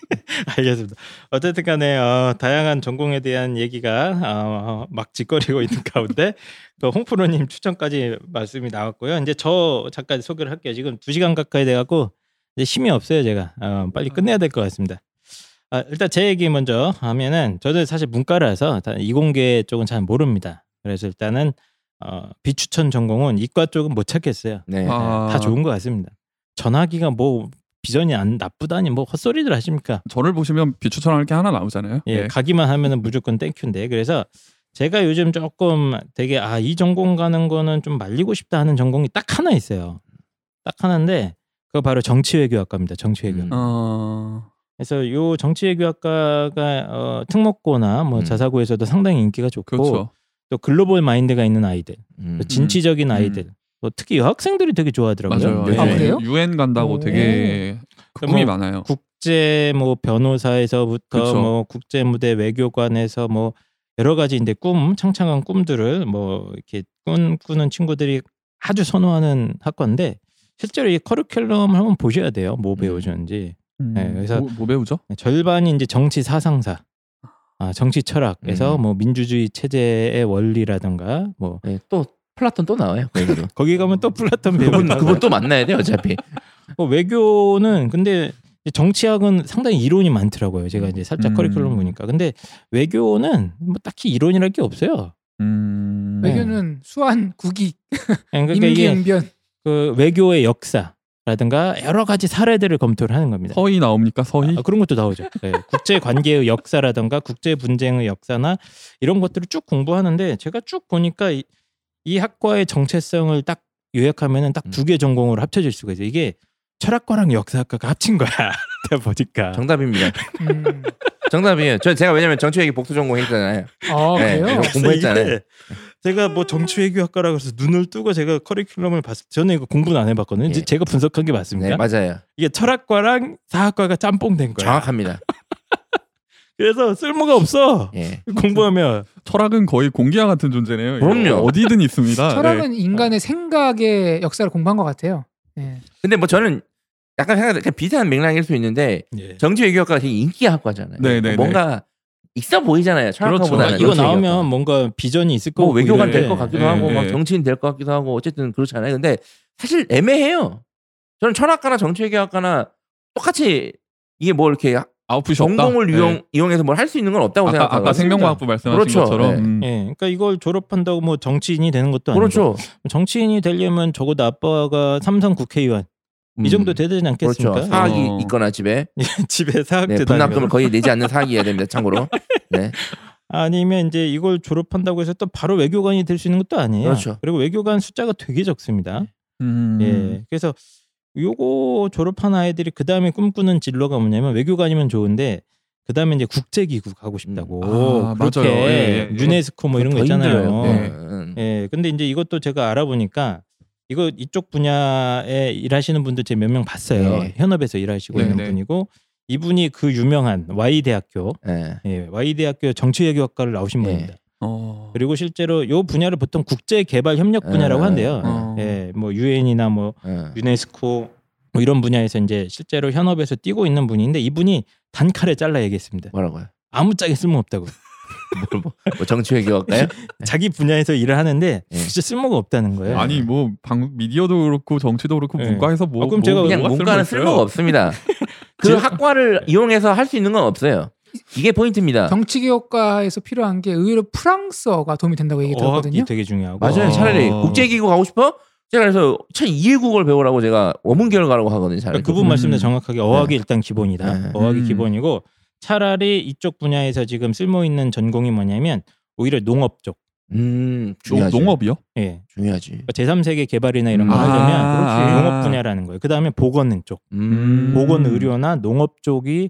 A: 알겠습니다. 어쨌든 간에 어, 다양한 전공에 대한 얘기가 어, 막 짓거리고 있는 가운데 또 홍프로님 추천까지 말씀이 나왔고요. 이제 저 잠깐 소개를 할게요. 지금 2시간 가까이 돼갖고 이제 힘이 없어요. 제가 어, 빨리 끝내야 될 것 같습니다. 아, 일단 제 얘기 먼저 하면은 저는 사실 문과라서 다 이공계 쪽은 잘 모릅니다. 그래서 일단은 어, 비추천 전공은 이과 쪽은 못 찾겠어요.
B: 네.
D: 아.
A: 다 좋은 것 같습니다. 전화기가 뭐 비전이 안 나쁘다니 뭐 헛소리들 하십니까?
D: 저를 보시면 비추천할 게 하나 나오잖아요.
A: 예,
D: 예.
A: 가기만 하면은 무조건 땡큐인데 그래서 제가 요즘 조금 되게 아 이 전공 가는 거는 좀 말리고 싶다 하는 전공이 딱 하나 있어요. 딱 하나인데 그거 바로 정치외교학과입니다. 정치외교.
B: 음.
D: 어...
A: 그래서 요 정치외교학과가 어, 특목고나 뭐
B: 음.
A: 자사고에서도 상당히 인기가 좋고
D: 그렇죠.
A: 또 글로벌 마인드가 있는 아이들,
B: 음.
A: 또 진취적인 아이들, 또 특히 여학생들이 되게 좋아하더라고요.
D: 맞아요. 그
A: 네.
C: 아, 그래요?
D: 유엔 간다고
C: 오.
D: 되게 꿈이
A: 뭐
D: 많아요.
A: 국제 뭐 변호사에서부터
D: 그쵸.
A: 뭐 국제 무대 외교관에서 뭐 여러 가지 이제 꿈 창창한 꿈들을 뭐 이렇게 꾼 꾸는 친구들이 아주 선호하는 학과인데 실제로 이 커리큘럼 한번 보셔야 돼요. 뭐 배우셨는지 네, 그래서-
D: 뭐, 뭐 배우죠?
A: 절반이 이제 정치 사상사, 아 정치 철학에서
B: 음.
A: 뭐 민주주의 체제의 원리라든가 뭐
B: 예, 또 플라톤 또 나와요.
D: 네,
B: 거기도.
A: 거기 가면 또 플라톤 배우
B: 그분 그분 또 만나야 돼요 어차피.
A: 어, 외교는 근데 정치학은 상당히 이론이 많더라고요. 제가 이제 살짝
D: 음.
A: 커리큘럼 보니까. 근데 외교는 뭐 딱히 이론이랄 게 없어요.
D: 음...
C: 네. 외교는 수완 국익
A: 그러니까 이게
C: 임기응변
A: 그 외교의 역사라든가 여러 가지 사례들을 검토를 하는 겁니다.
C: 어,
D: 서희 나옵니까? 서희?
A: 아, 그런 것도 나오죠. 네. 국제 관계의 역사라든가 국제 분쟁의 역사나 이런 것들을 쭉 공부하는데 제가 쭉 보니까 이, 이 학과의 정체성을 딱 요약하면은 딱
C: 음.
A: 두 개 전공으로 합쳐질 수가 있어요. 이게 철학과랑 역사학과가 합친 거야. 내가 보니까.
B: 정답입니다.
C: 음.
B: 정답이에요. 저 제가 왜냐면 정치 얘기 복수 전공 했잖아요.
C: 아
B: 네,
C: 그래요?
B: 이거 공부했잖아요.
A: 이게 제가 뭐 정치외교학과라 그래서 눈을 뜨고 제가 커리큘럼을 봤을 때 저는 이거 공부는 안 해봤거든요. 이제
B: 예.
A: 제가 분석한 게 맞습니까?
B: 네 맞아요.
A: 이게 철학과랑 사학과가 짬뽕된 거야.
B: 정확합니다.
A: 그래서 쓸모가 없어.
B: 예.
A: 공부하면
D: 철학은 거의 공기와 같은 존재네요. 이거
B: 그럼요.
D: 어디든
A: 아,
D: 있습니다. 네.
C: 철학은
A: 네.
C: 인간의 생각의 역사를 공부한 것 같아요. 예.
B: 근데 뭐 저는 약간 생각 그냥 비슷한 맥락일 수 있는데
A: 예.
B: 정치 외교학과가 되게 인기 학과잖아요.
D: 네네네.
B: 뭔가 있어 보이잖아요. 철학과보다는
D: 그렇죠.
A: 이거
B: 정치
A: 나오면
B: 외교학과.
A: 뭔가 비전이 있을 거고
B: 뭐 외교관
A: 이런데
B: 될 것 같기도
D: 예,
B: 하고 막
D: 예.
B: 정치인 될 것 같기도 하고 어쨌든 그렇잖아요. 근데 사실 애매해요. 저는 철학과나 정치 외교학과나 똑같이 이게 뭐 이렇게
D: 아웃풋이 없다.
B: 전공을
D: 네.
B: 이용 이용해서 뭘 할 수 있는 건 없다고
D: 아까,
B: 생각하고
D: 아까 생명과학부 말씀하신
B: 그렇죠.
D: 것처럼
B: 네.
D: 음,
A: 예, 그러니까 이걸 졸업한다고 뭐 정치인이 되는 것도 아니고
B: 그렇죠.
A: 정치인이 되려면 적어도 아빠가 삼성 국회의원 이 정도
B: 되
A: 돼야 되지 않겠습니까?
B: 음,
A: 예.
B: 그렇죠. 사학이
D: 어.
B: 있거나 집에
A: 집에
B: 네,
A: 사학재단
B: 분담금을 거의 내지 않는 사학이어야 됩니다. 참고로. 네.
A: 아니면 이제 이걸 졸업한다고 해서 또 바로 외교관이 될 수 있는 것도 아니에요.
B: 그렇죠.
A: 리고 외교관 숫자가 되게 적습니다.
D: 음,
A: 예. 그래서 요거 졸업한 아이들이 그 다음에 꿈꾸는 진로가 뭐냐면 외교관이면 좋은데 그 다음에 이제 국제기구 가고 싶다고
B: 음.
D: 아,
A: 그렇게
B: 그렇죠.
D: 맞아요. 예, 예.
A: 유네스코 뭐 이런 거
B: 더
A: 있잖아요.
B: 힘들어요.
D: 네.
B: 음.
A: 예. 근데 이제 이것도 제가 알아보니까 이거 이쪽 분야에 일하시는 분들 제 몇 명 봤어요.
B: 예.
A: 현업에서 일하시고 있는
D: 네, 네.
A: 분이고 이분이 그 유명한 Y 대학교
B: 예.
A: 예, Y대학교 정치외교학과를 나오신
B: 예.
A: 분입니다.
D: 어,
A: 그리고 실제로 요 분야를 보통 국제개발협력 분야라고
B: 아,
A: 한대요.
D: 어.
A: 예, 뭐 유엔이나 뭐
B: 예.
A: 유네스코 뭐 이런 분야에서 이제 실제로 현업에서 뛰고 있는 분인데 이분이 단칼에 잘라 얘기했습니다.
B: 뭐라고요?
A: 아무짝에 쓸모없다고.
B: 뭐, 뭐, 뭐 정치 외교학과요?
A: 자기 분야에서 일을 하는데
B: 예.
A: 진짜 쓸모가 없다는 거예요.
D: 아니 뭐 방, 미디어도 그렇고 정치도 그렇고
A: 예.
D: 문과에서 뭐
A: 아, 그럼
D: 뭐,
A: 제가
B: 그냥
D: 뭐가
B: 문과는
D: 쓸모가
B: 쓸모가
D: 있어요?
B: 없습니다. 그 학과를 이용해서 할 수 있는 건 없어요. 이게
A: 아.
B: 포인트입니다.
C: 정치개혁과에서 필요한 게 의외로 프랑스어가 도움이 된다고 얘기 들었거든요.
A: 어학이 되게 중요하고.
B: 맞아요.
D: 어.
B: 차라리 국제기구 가고 싶어? 제가 그래서 차라리 2외국어를 배우라고 제가 원문계열 가라고 하거든요. 차라리.
A: 그러니까 그분
D: 음.
A: 말씀대로 정확하게 어학이 일단 기본이다.
B: 네.
A: 어학이
D: 음.
A: 기본이고 차라리 이쪽 분야에서 지금 쓸모 있는 전공이 뭐냐면 오히려 농업 쪽.
B: 음,
D: 농-
B: 중요하지.
D: 농업이요?
A: 예.
B: 중요하지.
A: 제3세계 개발이나 이런 거
B: 음.
A: 하려면
D: 아.
A: 농업 분야라는 거예요. 그다음에 보건 쪽,
B: 음.
A: 보건 의료나 농업 쪽이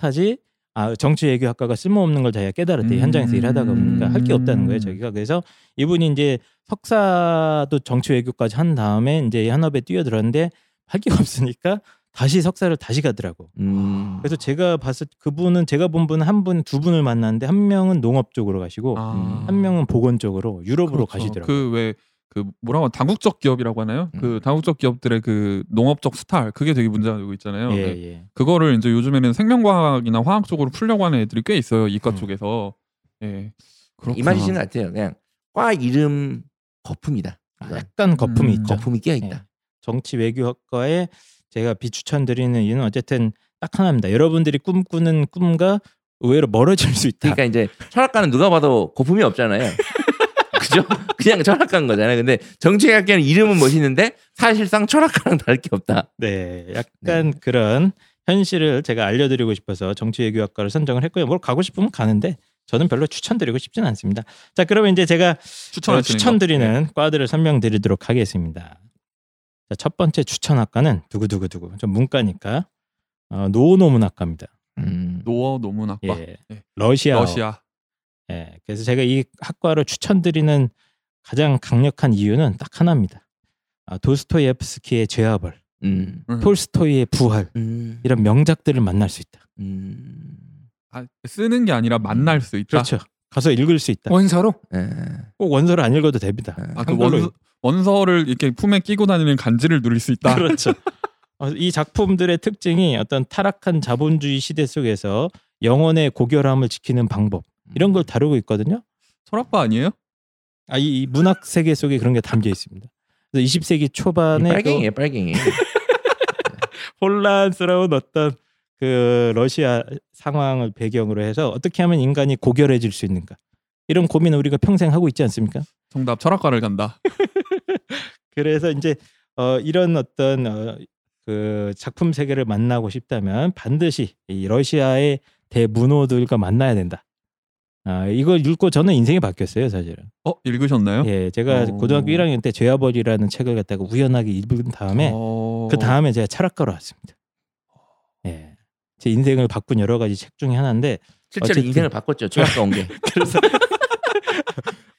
A: 핫하지. 아, 정치 외교 학과가 쓸모없는 걸 자기가 깨달았대.
D: 음.
A: 현장에서 일하다가 보니까 할 게 없다는 거예요, 자기가. 그래서 이분이 이제 석사도 정치 외교까지 한 다음에 이제 현업에 뛰어들었는데 할 게 없으니까 다시 석사를 다시 가더라고.
B: 음.
A: 그래서 제가 봤을 때 그분은 제가 본 분은 한 분, 두 분을 만났는데 한 명은 농업 쪽으로 가시고
D: 아.
A: 한 명은 보건 쪽으로 유럽으로 가시더라고요.
D: 그렇죠.
A: 음.
D: 그왜 그 뭐라고 하나, 다국적 기업이라고 하나요? 그 다국적 기업들의 그 농업적 스타일 그게 되게 문제가 되고 있잖아요.
A: 예,
D: 네.
A: 예.
D: 그거를 이제 요즘에는 생명과학이나 화학 쪽으로 풀려고 하는 애들이 꽤 있어요. 이과
A: 음.
D: 쪽에서. 예. 그렇구나.
B: 이 맛이신 것 같아요. 그냥 과 이름 거품이다.
A: 아, 약간 거품이
D: 음,
A: 있죠.
B: 거품이 끼어 있다.
A: 정치 외교학과에 제가 비추천드리는 이유는 어쨌든 딱 하나입니다. 여러분들이 꿈꾸는 꿈과 의외로 멀어질 수 있다.
B: 그러니까 이제 철학과는 누가 봐도 거품이 없잖아요. 것이죠. 그냥 철학가인 거잖아요. 근데 정치학계는 이름은 멋있는데 사실상 철학가랑 다를 게 없다.
A: 네, 약간 그런 현실을 제가 알려드리고 싶어서 정치외교학과를 선정을 했고요. 뭘 가고 싶으면 가는데 저는 별로 추천드리고 싶지는 않습니다. 자, 그러면 이제 제가
D: 추천을
A: 추천드리는 과들을 설명드리도록 하겠습니다. 자, 첫 번째 추천 학과는 두구두구두구 좀 문과니까 어, 노노문학과입니다.
B: 음.
D: 노어 노문학과
A: 예,
D: 예.
A: 러시아.
D: 러시아
A: 예, 그래서 제가 이 학과를 추천드리는 가장 강력한 이유는 딱 하나입니다. 아, 도스토예프스키의 죄악을,
B: 음.
D: 음.
A: 톨스토이의 부활
B: 음.
A: 이런 명작들을 만날 수 있다.
B: 음.
D: 아, 쓰는 게 아니라 만날 수 있다.
A: 그렇죠. 가서 읽을 수 있다.
C: 원서로
B: 예.
A: 꼭 원서를 안 읽어도 됩니다.
B: 예.
D: 아, 그
A: 한글로
D: 원서, 원서를 이렇게 품에 끼고 다니는 간지를 누릴 수 있다.
A: 그렇죠. 어, 이 작품들의 특징이 어떤 타락한 자본주의 시대 속에서 영혼의 고결함을 지키는 방법
B: 음.
A: 이런 걸 다루고 있거든요.
D: 철학과 아니에요?
A: 아, 이, 이 문학 세계 속에 그런 게 담겨 있습니다. 그래서 20세기 초반에
B: 빨갱이에요, 빨갱이.
A: 혼란스러운 어떤 그 러시아 상황을 배경으로 해서 어떻게 하면 인간이 고결해질 수 있는가 이런 고민 우리가 평생 하고 있지 않습니까?
D: 정답 철학과를 간다.
A: 그래서 이제 어, 이런 어떤 어, 그 작품 세계를 만나고 싶다면 반드시 이 러시아의 대문호들과 만나야 된다. 아, 이걸 읽고 저는 인생이 바뀌었어요, 사실은.
D: 어 읽으셨나요?
A: 예, 제가
D: 오.
A: 고등학교 1학년 때 죄아벌이라는 책을 갖다가 우연하게 읽은 다음에
D: 어...
A: 그 다음에 제가 철학가로 왔습니다. 예. 제 인생을 바꾼 여러 가지 책 중에 하나인데
B: 실제로
A: 어쨌든.
B: 인생을 바꿨죠. 철학가 온 게.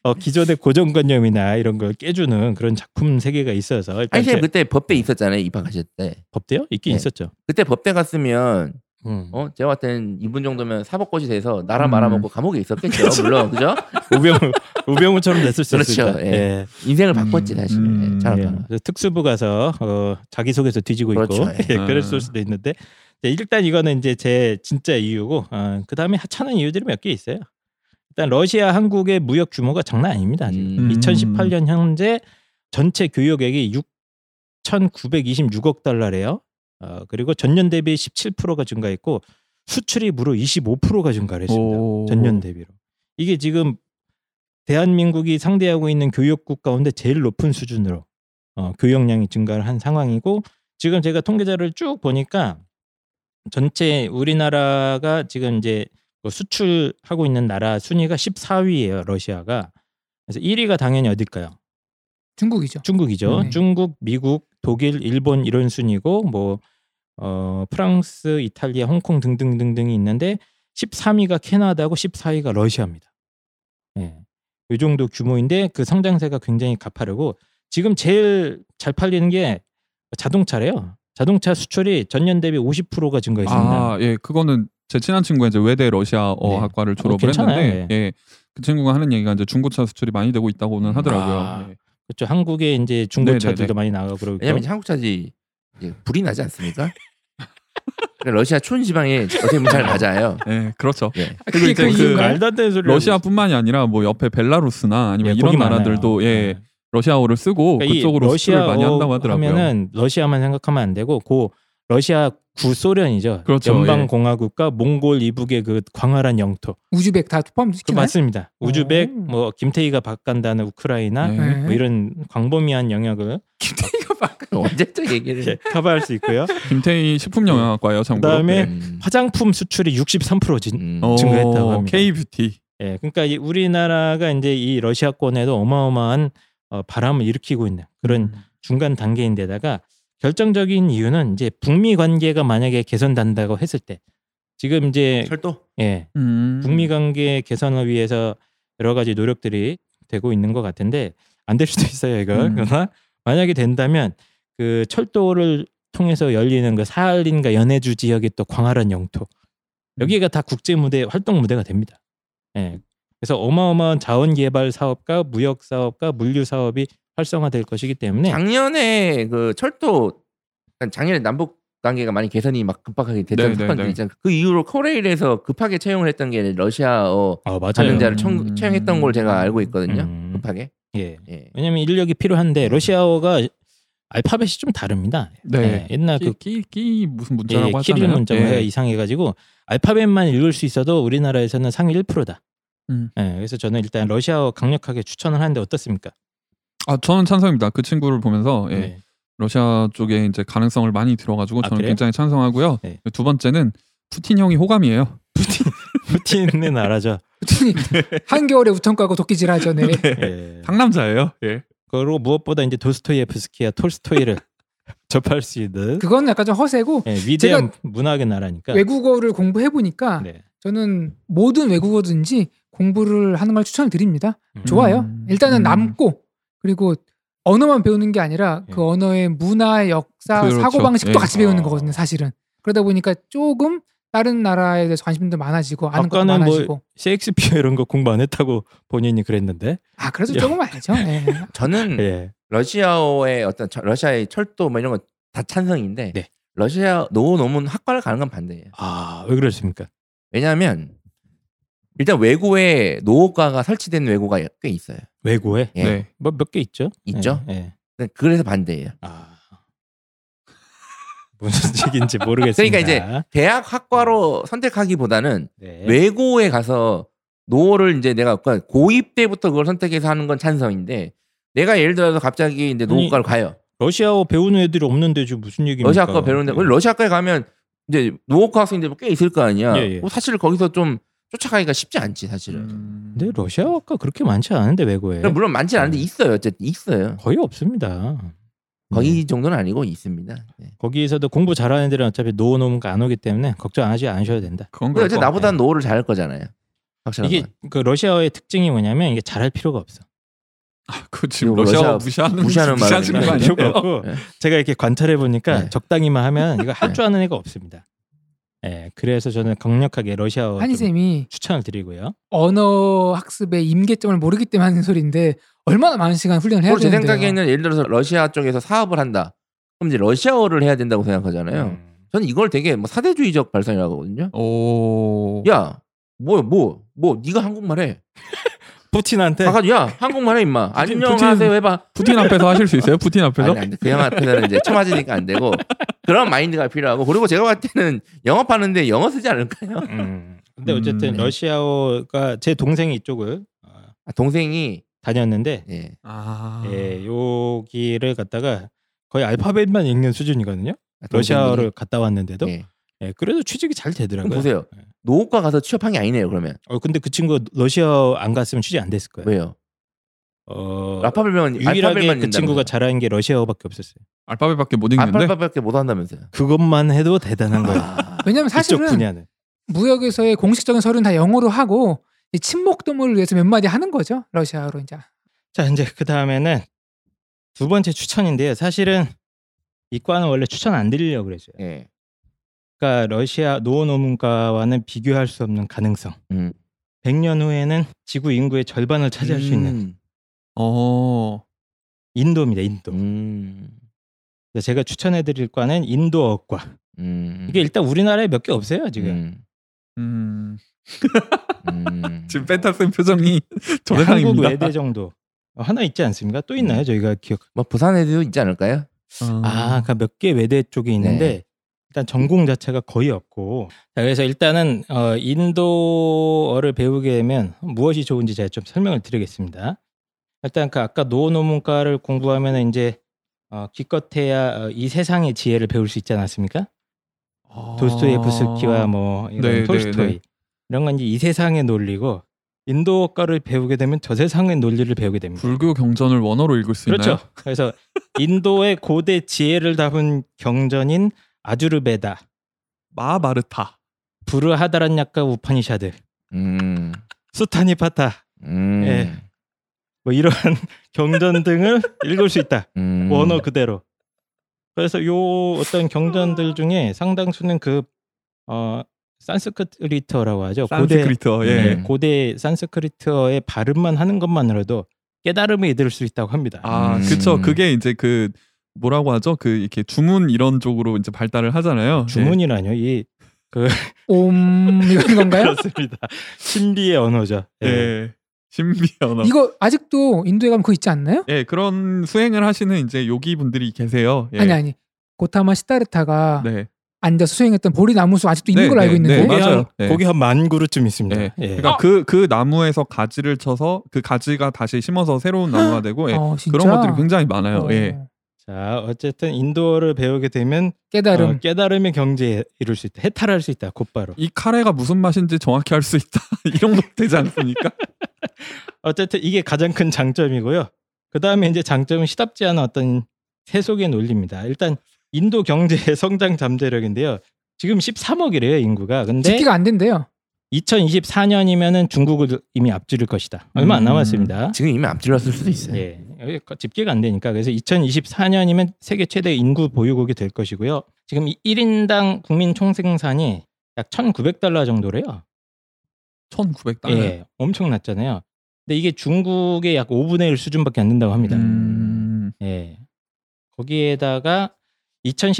A: 어, 기존의 고정관념이나 이런 걸 깨주는 그런 작품 세계가 있어서 일단
B: 아니
A: 제
B: 선생님 그때 법대 있었잖아요. 입학하실 때.
A: 법대요? 있긴
B: 예.
A: 있었죠.
B: 그때 법대 갔으면
A: 음.
B: 어 제가 봤을 때는 이분 정도면 사법고시 돼서 나라
D: 음.
B: 말아먹고 감옥에 있었겠죠. 물론 그죠?
A: 우병우 우병우처럼 냈을 수
B: 그렇죠.
A: 있을까?
B: 예.
A: 예.
B: 인생을
D: 음,
B: 바꿨지 사실.
D: 음,
B: 예, 잘하
A: 예.
B: 예.
A: 그래서 특수부 가서 어, 자기 소개서 뒤지고 있고
B: 그렇죠.
A: 예.
D: 아.
A: 그랬을 수도 있는데 네, 일단 이거는 이제 제 진짜 이유고 어, 그 다음에 하찮은 이유들이 몇 개 있어요. 일단 러시아 한국의 무역 규모가 장난 아닙니다. 지금.
B: 음.
A: 2018년 현재 전체 교역액이 6,926억 달러래요. 어, 그리고 전년 대비 17%가 증가했고 수출이 무려 25%가 증가했습니다.
D: 오.
A: 전년 대비로. 이게 지금 대한민국이 상대하고 있는 교역국 가운데 제일 높은 수준으로 어, 교역량이 증가를 한 상황이고 지금 제가 통계자를 쭉 보니까 전체 우리나라가 지금 이제 뭐 수출하고 있는 나라 순위가 14위예요 러시아가 그래서 1위가 당연히 어딜까요?
C: 중국이죠.
A: 중국이죠.
C: 네.
A: 중국, 미국, 독일, 일본 이런 순이고 뭐 어, 프랑스, 이탈리아, 홍콩 등등등등이 있는데 13위가 캐나다고 14위가 러시아입니다. 예. 이 정도 규모인데 그 성장세가 굉장히 가파르고 지금 제일 잘 팔리는 게 자동차래요. 자동차 수출이 전년 대비 50%가 증가했습니다.
D: 아, 예, 그거는 제 친한 친구가 이제 외대 러시아어
A: 네.
D: 학과를 졸업을
A: 괜찮아요.
D: 했는데, 예. 그 친구가 하는 얘기가 이제 중고차 수출이 많이 되고 있다고는 하더라고요.
A: 아.
D: 예.
A: 그렇죠. 한국에 이제 중고차들도
D: 네네네.
A: 많이 나가고 그러고
B: 왜냐면 이제 한국 차지 이제 불이 나지 않습니까? 그러니까 러시아 추운 지방에 어떻게 보면 잘 맞아요.
D: 예, 그렇죠.
B: 예.
C: 아,
D: 그리고
C: 그게
D: 이제
C: 그
D: 그
C: 이유인가요?
A: 말도 안 되는 소리
D: 러시아뿐만이 아니라 뭐 옆에 벨라루스나
A: 예,
D: 아니면 이런 나라들도 예
A: 네.
D: 러시아어를 쓰고
A: 그러니까 이 어,
D: 그쪽으로 수출을 많이 한다고 하더라고요.
A: 하면은 러시아만 생각하면 안 되고 고 러시아 구소련이죠.
D: 그렇죠, 예.
A: 연방공화국과 몽골 이북의 그 광활한 영토.
C: 우즈벡 다
A: 그
C: 포함시키나요?
A: 맞습니다. 우즈벡,
C: 오.
A: 뭐 김태희가 바간다는 우크라이나
D: 어. 네.
C: 예.
A: 뭐 이런 광범위한 영역을
C: 김태희가 막
B: 언제적
D: 네.
B: 얘기를.
A: 커버할 수 있고요.
D: 김태희 식품영양학과예요, 참고로.
A: 네. 그다음에
D: 예.
B: 음,
A: 화장품 수출이 63% 진.
B: 음.
D: 어,
A: 증가했다고 합니다.
D: K 뷰티.
A: 예, 그러니까 이 우리나라가 이제 이 러시아권에도 어마어마한 어, 바람을 일으키고 있는
D: 음.
A: 그런 중간 단계인데다가 결정적인 이유는 이제 북미 관계가 만약에 개선된다고 했을 때 지금 이제
B: 철도.
A: 예,
D: 음.
A: 북미 관계 개선을 위해서 여러 가지 노력들이 되고 있는 것 같은데 안 될 수도 있어요 이거
D: 음.
A: 그러나 만약에 된다면 그 철도를 통해서 열리는 그 사할린과 연해주 지역의 또 광활한 영토
D: 음.
A: 여기가 다 국제 무대 활동 무대가 됩니다. 예. 그래서 어마어마한 자원 개발 사업과 무역 사업과 물류 사업이 활성화될 것이기
D: 네.
A: 때문에
B: 작년에 그 철도 그러니까 작년에 남북 관계가 많이 개선이 막 급박하게 됐던
D: 네,
B: 사건들
D: 네, 네.
B: 있잖아요. 그 이후로 코레일에서 급하게 채용을 했던 게 러시아어
A: 아 맞아요.
B: 관련자를
D: 음.
B: 청- 채용했던 걸 제가 알고 있거든요. 그
A: 음.
B: 급하게.
A: 예.
B: 예.
A: 왜냐면 인력이 필요한데 러시아어가 알파벳이 좀 다릅니다.
D: 네.
A: 예, 옛날 그
D: 끼, 끼, 끼 무슨 문자라고
A: 예,
D: 하잖아요.
A: 키릴 문자가
D: 예.
A: 이상해가지고 알파벳만 읽을 수 있어도 우리나라에서는 상위 1%다.
D: 음.
A: 예, 그래서 저는 일단 러시아어 강력하게 추천을 하는데 어떻습니까?
D: 아 저는 찬성입니다. 그 친구를 보면서 예,
A: 네.
D: 러시아 쪽에 이제 가능성을 많이 들어가지고
A: 아,
D: 저는
A: 그래요?
D: 굉장히 찬성하고요.
A: 네.
D: 두 번째는 푸틴 형이 호감이에요.
A: 푸틴의 나라죠.
C: 푸틴이
A: 네.
C: 한겨울에 우턴과고 도끼질하죠. 네.
A: 예.
D: 상남자예요. 예.
A: 그리고 무엇보다 이제 도스토예프스키와 톨스토이를 접할 수 있는
C: 그건 약간 좀 허세고
A: 예, 위대한 문학의 나라니까.
C: 외국어를 공부해 보니까
A: 그러니까 네.
C: 저는 모든 외국어든지 공부를 하는 걸 추천을 드립니다.
A: 음.
C: 좋아요.
D: 음.
C: 일단은
D: 음.
C: 남고 그리고 언어만 배우는 게 아니라 그
A: 예.
C: 언어의 문화, 역사,
D: 그렇죠.
C: 사고 방식도
D: 예.
C: 같이 배우는
A: 어.
C: 거거든요, 사실은. 그러다 보니까 조금 다른 나라에 대해서 관심도 많아지고 아는 것도
A: 아까는 뭐-
C: 많아지고.
A: 셰익스피어 이런 거 공부 안 했다고 본인이 그랬는데.
C: 아, 그래도
A: 야.
C: 조금 알죠. 예.
B: 저는
A: 예.
B: 러시아어의 어떤 철- 러시아의 철도 뭐 이런 거 다 찬성인데
A: 네.
B: 러시아 노 논문 학과를 가는 건 반대예요.
A: 아, 왜 그러십니까?
B: 왜냐하면 일단 외고에 노후과가 설치된 외고가 꽤 있어요.
A: 외고에
B: 예.
D: 네.
A: 뭐 몇 개 있죠?
B: 있죠.
A: 예. 예.
B: 근데 그래서 반대예요.
A: 아. 무슨 얘기인지 모르겠습니다.
B: 그러니까 이제 대학 학과로 선택하기보다는
A: 네.
B: 외고에 가서 노후를 이제 내가 그러니까 고입 때부터 그걸 선택해서 하는 건 찬성인데 내가 예를 들어서 갑자기
A: 아니,
B: 이제 노후과를 가요.
A: 러시아어 배우는 애들이 없는데 지금 무슨 얘기입니까?
B: 러시아 학과 배우는데
A: 예.
B: 원래 러시아 학과에 가면 이제 노후과 학생들이 꽤 있을 거 아니야.
A: 예, 음. 예.
B: 뭐 사실 거기서 좀 쫓아가기가 쉽지 않지 사실은.
D: 음.
A: 근데 러시아어가 그렇게 많지 않은데 외고에
B: 그럼 물론 많지 않은데
A: 음.
B: 있어요. 어쨌든 있어요.
A: 거의 없습니다.
B: 거의
A: 네.
B: 정도는 아니고 있습니다. 네.
A: 거기에서도 공부 잘하는 애들은 어차피 노후 노무가 안 오기 때문에 걱정 안 하지 않으셔도 된다.
D: 그건
B: 근데
D: 그럴
B: 어쨌든
D: 것
B: 나보다 는 노후를 잘할 거잖아요. 확실한
A: 이게
B: 건.
A: 그 러시아어의 특징이 뭐냐면 이게 잘할 필요가 없어.
D: 같아요. 그 지금
B: 이거
D: 러시아
B: 러시아
D: 무시하는
B: 무시하는
D: 무시하시는 거
B: 말이네.
D: 아니에요?
A: 필요가 없고
B: 네.
A: 제가 이렇게 관찰해 보니까
B: 네.
A: 적당히만 하면 이거 할
B: 네.
A: 줄 아는 애가 없습니다. 예, 그래서 저는 강력하게 러시아어
C: 한이
A: 좀
C: 쌤이
A: 추천을 드리고요.
C: 언어 학습의 임계점을 모르기 때문에 하는 소리인데 얼마나 많은 시간 훈련을 해야
B: 그리고 어, 제
C: 되는데요.
B: 생각에는 예를 들어서 러시아 쪽에서 사업을 한다. 그럼 이제 러시아어를 해야 된다고 생각하잖아요.
A: 음.
B: 저는 이걸 되게 뭐 사대주의적 발상이라고 하거든요.
D: 오.
B: 야, 뭐야, 뭐, 뭐, 네가 한국말 해.
A: 푸틴한테
B: 아까 야, 한국말 해, 임마.
D: 푸틴,
B: 안녕하세요,
D: 푸틴.
B: 해봐.
D: 푸틴 앞에서 하실 수 있어요? 푸틴 앞에서?
B: 아니, 안돼. 그냥 앞에서는 이제 처맞으니까 안 되고 그런 마인드가 필요하고 그리고 제가 봤을 때는 영업하는데 영어 쓰지 않을까요?
A: 음. 근데
D: 음,
A: 어쨌든
B: 네.
A: 러시아어가 제 동생이 이쪽을 어,
B: 아, 동생이
A: 다녔는데
B: 예.
D: 아.
A: 예, 여기를 갔다가 거의 알파벳만 읽는 수준이거든요.
B: 아, 동생분이?
A: 러시아를 갔다 왔는데도
B: 예.
A: 예, 그래도 취직이 잘 되더라고요.
B: 보세요.
A: 예.
B: 노후과 가서 취업한 게 아니네요. 그러면
A: 어, 근데 그 친구 러시아 안 갔으면 취직 안 됐을 거예요.
B: 왜요?
A: 네.
B: 아,
A: 어,
B: 알파벳만
A: 유일하게
B: 알파벳만
A: 그 친구가 잘하는 게 러시아어밖에 없었어요.
D: 알파벳밖에 못 읽는데.
B: 알파벳밖에 못 한다면서요.
A: 그것만 해도 대단한 거야.
B: 아,
C: 왜냐면
A: 이쪽
C: 사실은
A: 분야는
C: 무역에서의 공식적인 서류는 다 영어로 하고 이 침묵 도모를 위해서 몇 마디 하는 거죠 러시아어로 이제
A: 자 이제 그 다음에는 두 번째 추천인데요. 사실은 이과는 원래 추천 안 드리려고 그랬어요.
B: 예.
A: 그러니까 러시아 노원오문과와는 비교할 수 없는 가능성.
B: 음.
A: 100년 후에는 지구 인구의 절반을 차지할 수 있는
D: 어.
A: 인도입니다. 인도.
B: 음.
A: 그래서 제가 추천해드릴 과는 인도어과.
B: 음.
A: 이게 일단 우리나라에 몇 개 없어요 지금.
D: 음.
B: 음.
D: 지금 펜타쌤 표정이 저
A: 한국
D: 세상입니다.
A: 외대 정도 어, 하나 있지 않습니까? 또 있나요?
B: 음.
A: 저희가 기억.
B: 뭐 부산에도 있지 않을까요?
D: 음.
A: 아, 그러니까 몇 개 외대 쪽에 있는데
D: 네.
A: 일단 전공 자체가 거의 없고 자, 그래서 일단은 어, 인도어를 배우게 되면 무엇이 좋은지 제가 좀 설명을 드리겠습니다. 일단 그 아까 노노문과를 공부하면 이제 어, 기껏해야 어, 이 세상의 지혜를 배울 수 있지 않았습니까? 도스토예프스키와 뭐 이런
D: 아. 네, 네,
A: 톨스토이
D: 네.
A: 이런 건 이제 이 세상의 논리고 인도어과를 배우게 되면 저 세상의 논리를 배우게 됩니다.
D: 불교 경전을 원어로 읽을 수
A: 그렇죠.
D: 있나요?
A: 그래서 인도의 고대 지혜를 담은 경전인 아주르베다,
D: 마하바르타.
A: 부르하다란약과 우파니샤드,
B: 음.
A: 수타니파타
B: 음.
A: 예. 뭐 이런 경전 등을 읽을 수 있다.
B: 음.
A: 원어 그대로. 그래서 요 어떤 경전들 중에 상당수는 그 어, 산스크리트어라고 하죠. 고대
D: 산스크리트어. 예.
A: 네, 고대 산스크리트어의 발음만 하는 것만으로도 깨달음에 이를 수 있다고 합니다.
D: 아,
B: 음.
D: 그쵸. 그게 이제 그 뭐라고 하죠? 그 이렇게 주문 이런 쪽으로 이제 발달을
A: 네.
D: 하잖아요. 네.
A: 주문이라뇨. 이
C: 옴 이런
A: 그렇죠.
C: 건가요?
A: 그렇습니다. 신비의 언어죠.
D: 예.
A: 예.
D: 예. 신비 언어.
C: 이거 아직도 인도에 가면 그거 있지 않나요?
D: 예, 그런 수행을 하시는 이제 요기 분들이 계세요. 예.
C: 아니 아니 고타마 시타르타가
D: 네.
C: 앉아서 수행했던 보리 나무수 아직도 있는
D: 네,
C: 걸로 알고
D: 네,
C: 있는데
D: 네,
A: 고기
D: 맞아요.
A: 한,
D: 네.
A: 고기 한 만 그루쯤 있습니다.
D: 네.
A: 예.
D: 그러니까 그 그 나무에서 가지를 쳐서 그 가지가 다시 심어서 새로운 나무가 되고 예.
C: 어, 진짜?
D: 그런 것들이 굉장히 많아요.
C: 어,
D: 예.
A: 자 어쨌든 인도어를 배우게 되면
D: 아,
C: 깨달음.
A: 어, 깨달음의 경지에 이룰 수 있다. 해탈할 수 있다. 곧바로.
D: 이 카레가 무슨 맛인지 정확히 알 수 있다. 이 정도 되지 않습니까?
A: 어쨌든 이게 가장 큰 장점이고요. 그 다음에 이제 장점은 시답지 않은 어떤 세속의 논리입니다. 일단 인도 경제의 성장 잠재력인데요. 지금 13억이래요 인구가.
D: 네.
A: 근데
C: 집기가 안 된대요.
A: 2024년이면은 중국을 이미 앞지를 것이다. 얼마 안
D: 음.
A: 남았습니다.
B: 지금 이미 앞질렀을 수도 있어요.
A: 예. 여기 집계가 안 되니까 그래서 2024년이면 세계 최대 인구 보유국이 될 것이고요. 지금 이 1인당 국민 총생산이 약 1,900달러 정도래요.
D: 1900달러.
A: 예. 엄청 낮잖아요. 근데 이게 중국의 약 5분의 1 수준밖에 안 된다고 합니다.
D: 음.
A: 예. 거기에다가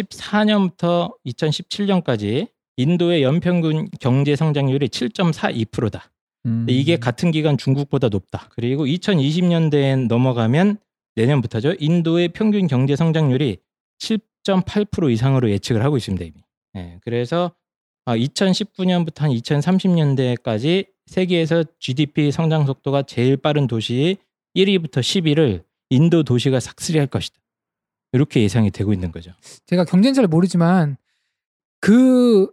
A: 2014년부터 2017년까지 인도의 연평균 경제 성장률이 7.42%다.
D: 음.
A: 이게 같은 기간 중국보다 높다. 그리고 2020년대엔 넘어가면 내년부터죠. 인도의 평균 경제 성장률이 7.8% 이상으로 예측을 하고 있습니다. 이미. 예. 그래서 2019년부터 한 2030년대까지 세계에서 GDP 성장 속도가 제일 빠른 도시 1위부터 10위를 인도 도시가 삭스리 할 것이다. 이렇게 예상이 되고 있는 거죠.
C: 제가 경제는 잘 모르지만 그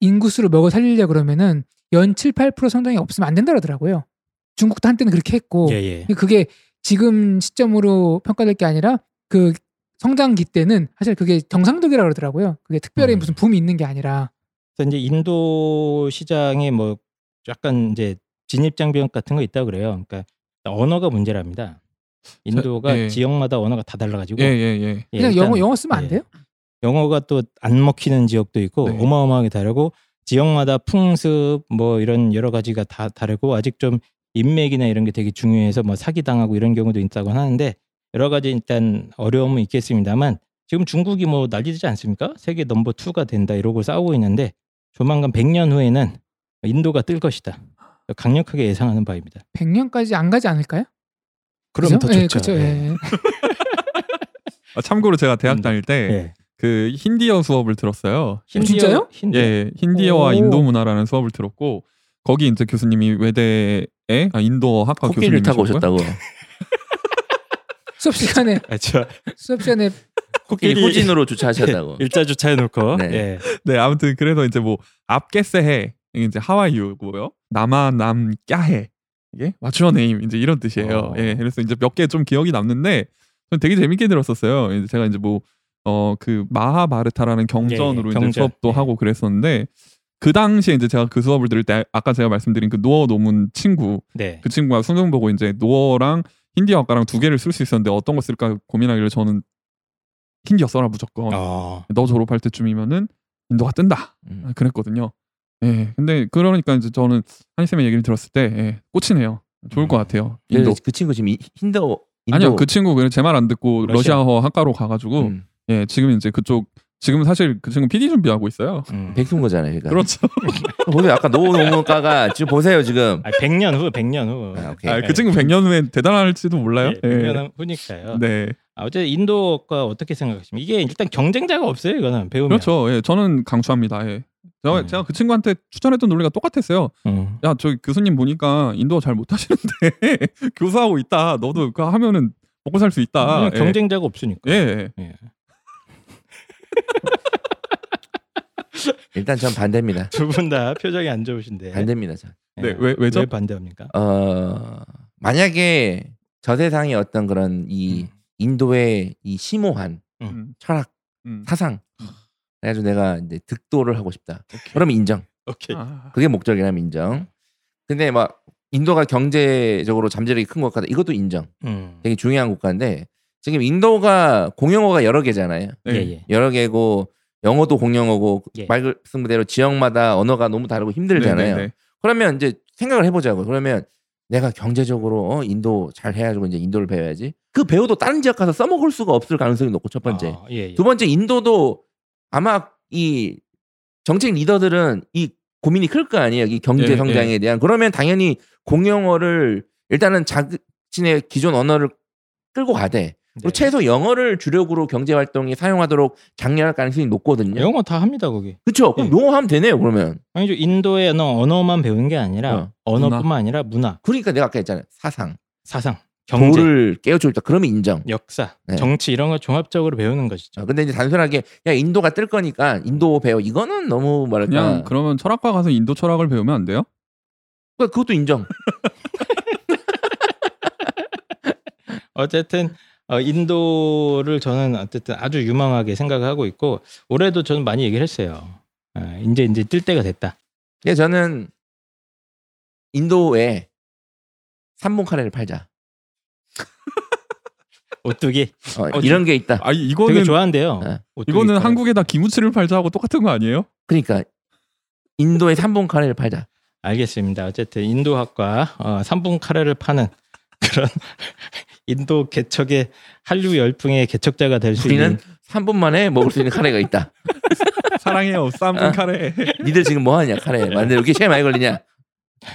C: 인구수를 먹어 살리려 그러면은 연 7, 8% 성장이 없으면 안 된다 그러더라고요. 중국도 한때는 그렇게 했고
A: 예.
C: 근데 그게 지금 시점으로 평가될 게 아니라 그 성장기 때는 사실 그게 정상적이라 그러더라고요. 그게 특별히
A: 음.
C: 무슨 붐이 있는 게 아니라
A: 그래서 이제 인도 시장에 뭐 약간 이제 진입 장벽 같은 거 있다고 그래요. 그러니까 언어가 문제랍니다. 인도가
D: 예.
A: 지역마다 언어가 다 달라가지고
D: 예, 예, 예.
A: 예,
C: 그냥
A: 일단
C: 영어 영어 쓰면 안
A: 예.
C: 돼요?
A: 영어가 또 안 먹히는 지역도 있고
D: 네.
A: 어마어마하게 다르고 지역마다 풍습 뭐 이런 여러 가지가 다 다르고 아직 좀 인맥이나 이런 게 되게 중요해서 뭐 사기 당하고 이런 경우도 있다고 하는데 여러 가지 일단 어려움은 있겠습니다만 지금 중국이 뭐 난리되지 않습니까? 세계 넘버 투가 된다 이러고 싸우고 있는데 조만간 100년 후에는 인도가 뜰 것이다. 강력하게 예상하는 바입니다.
C: 100년까지 안 가지 않을까요?
A: 그럼
C: 그죠?
A: 더 좋죠.
C: 예, 그렇죠. 예.
D: 아, 참고로 제가 대학
A: 음.
D: 다닐 때
A: 예.
D: 그 힌디어 수업을 들었어요.
A: 힌디어-
C: 진짜요?
A: 힌디어.
D: 예, 힌디어와
C: 오.
D: 인도 문화라는 수업을 들었고 거기 이제 교수님이 외대에 아, 인도 학과
B: 코끼리를
D: 교수님이
B: 타고 오셨다고.
C: 수업 시간에
A: 아, 저 예,
C: 수업 시간에
A: 음,
B: 코끼리 후진으로 주차하셨다고.
D: 예.
A: 일자 주차해 놓고
B: 네.
A: 예.
D: 네, 아무튼 그래서 이제 뭐 앞게세해 이게 이제 하와이어고요. 남아남 까해 이게 맞추어 네임 이제 이런 뜻이에요.
A: 어.
D: 예, 그래서 이제 몇 개 좀 기억이 남는데 저는 되게 재밌게 들었었어요. 이제 제가 이제 뭐 어 그 마하바르타라는 경전으로
A: 예,
D: 이제
A: 경전.
D: 수업도
A: 예.
D: 하고 그랬었는데 그 당시에 이제 제가 그 수업을 들을 때 아까 제가 말씀드린 그 노어 논문 친구
A: 네.
D: 그 친구가 수능 보고 이제 노어랑 힌디어학과랑 두 개를 쓸 수 있었는데 어떤 거 쓸까 고민하길래 저는 힌디어 써라 무조건
A: 어.
D: 너 졸업할 때쯤이면은 인도가 뜬다
B: 음.
D: 아, 그랬거든요. 예. 근데 그러니까 이제 저는 한이쌤의 얘기를 들었을 때 예, 꽂히네요.
A: 음.
D: 좋을 것 같아요.
A: 네,
D: 인도.
B: 그 친구 지금 이- 힌더 인도
D: 아니요, 그 친구 그냥 제 말 안 듣고
A: 러시아.
D: 러시아어 학과로 가가지고
B: 음.
D: 예, 지금 이제 그쪽 지금 사실 그 친구 PD 준비하고 있어요.
A: 음.
B: 백수인 거잖아요. 그러니까.
D: 그렇죠.
B: 보세요. 아까 노노가가 지금 보세요 지금.
A: 아, 100년 후, 100년 후.
B: 아, 오케이.
D: 아, 그 친구 100년 후에 대단할지도 몰라요.
A: 예,
D: 예.
A: 100년 후니까요.
D: 네.
A: 아, 어쨌든 인도가 어떻게 생각하십니까? 이게 일단 경쟁자가 없어요, 이거는 배우면.
D: 그렇죠. 예, 저는 강추합니다. 예. 제가,
A: 음.
D: 제가 그 친구한테 추천했던 논리가 똑같았어요.
A: 음.
D: 야, 저기 교수님 보니까 인도어 잘 못하시는데 교사하고 있다. 너도 그거 하면은 먹고 살 수 있다.
A: 그냥 아, 경쟁자가 없으니까.
D: 예. 예.
A: 예.
B: 일단 전 반대입니다.
A: 두 분 다 표정이 안 좋으신데.
B: 반대입니다. 전.
A: 예.
D: 네, 왜- 왜죠?
A: 왜 반대합니까?
B: 어 만약에 저 세상의 어떤 그런 이
A: 음.
B: 인도의 이 심오한
D: 음,
B: 철학
D: 음.
B: 사상 그래가지고 내가 이제 득도를 하고 싶다. 그럼 인정.
A: 오케이.
D: 아.
B: 그게 목적이라면 인정. 근데 막 인도가 경제적으로 잠재력이 큰 국가다. 이것도 인정.
A: 음.
B: 되게 중요한 국가인데 지금 인도가 공용어가 여러 개잖아요.
A: 예,
D: 네.
A: 예.
B: 여러 개고 영어도 공용어고
A: 예.
B: 말씀 그대로 지역마다 언어가 너무 다르고 힘들잖아요.
D: 네, 네, 네.
B: 그러면 이제 생각을 해보자고. 그러면 내가 경제적으로 어, 인도 잘 해가지고 이제 인도를 배워야지. 그 배워도 다른 지역 가서 써먹을 수가 없을 가능성이 높고 첫 번째.
A: 아, 예, 예.
B: 두 번째 인도도 아마 이 정책 리더들은 이 고민이 클 거 아니에요. 이 경제
D: 예,
B: 성장에 대한. 그러면 당연히 공용어를 일단은 자신의 기존 언어를 끌고 가되
A: 네.
D: 네.
B: 그리고 최소 영어를 주력으로 경제 활동에 사용하도록 장려할 가능성이
D: 아,
B: 높거든요.
A: 영어 다 합니다 거기.
B: 그렇죠.
D: 예.
B: 그럼
A: 네.
B: 영어 하면 되네요. 그러면
A: 아니죠 인도의 언어 언어만 배우는 게 아니라
B: 어,
A: 언어뿐만 아니라 문화,
B: 그러니까 내가 아까 했잖아요. 사상,
A: 사상, 경제,
B: 도를 깨우쳐 있다. 그러면 인정.
D: 예.
A: 역사,
B: 네.
A: 정치 이런 걸 종합적으로 배우는 것이죠.
B: 어, 근데 이제 단순하게 야 인도가 뜰 거니까 인도 배워 이거는 너무 뭐랄까
D: 그냥 그러면 철학과 가서 인도 철학을 배우면 안 돼요?
B: 그러니까 그것도 인정.
A: 어쨌든 어, 인도를 저는 어쨌든 아주 유망하게 생각하고 있고 올해도 저는 많이 얘기를 했어요. 아, 이제 이제 뜰 때가 됐다.
B: 예, 저는 인도에 삼봉 카레를 팔자.
A: 오뚜기
B: 어, 이런 게 있다.
D: 아
A: 되게
D: 이거는
A: 좋아한대요.
B: 네.
A: 오뚜기
D: 이거는
A: 카레.
D: 한국에다 기무치를 팔자하고 똑같은 거 아니에요?
B: 그러니까 인도에 삼봉 카레를 팔자.
A: 아, 알겠습니다. 어쨌든 인도학과 어, 3분 카레를 파는 그런 인도 개척의 한류 열풍의 개척자가 될 수 있는
B: 우리는 3분 만에 먹을 수 있는 카레가 있다.
D: 사랑해요 쌈분 카레.
B: 니들 지금 뭐 하냐 카레 만데 이렇게 시간 많이 걸리냐?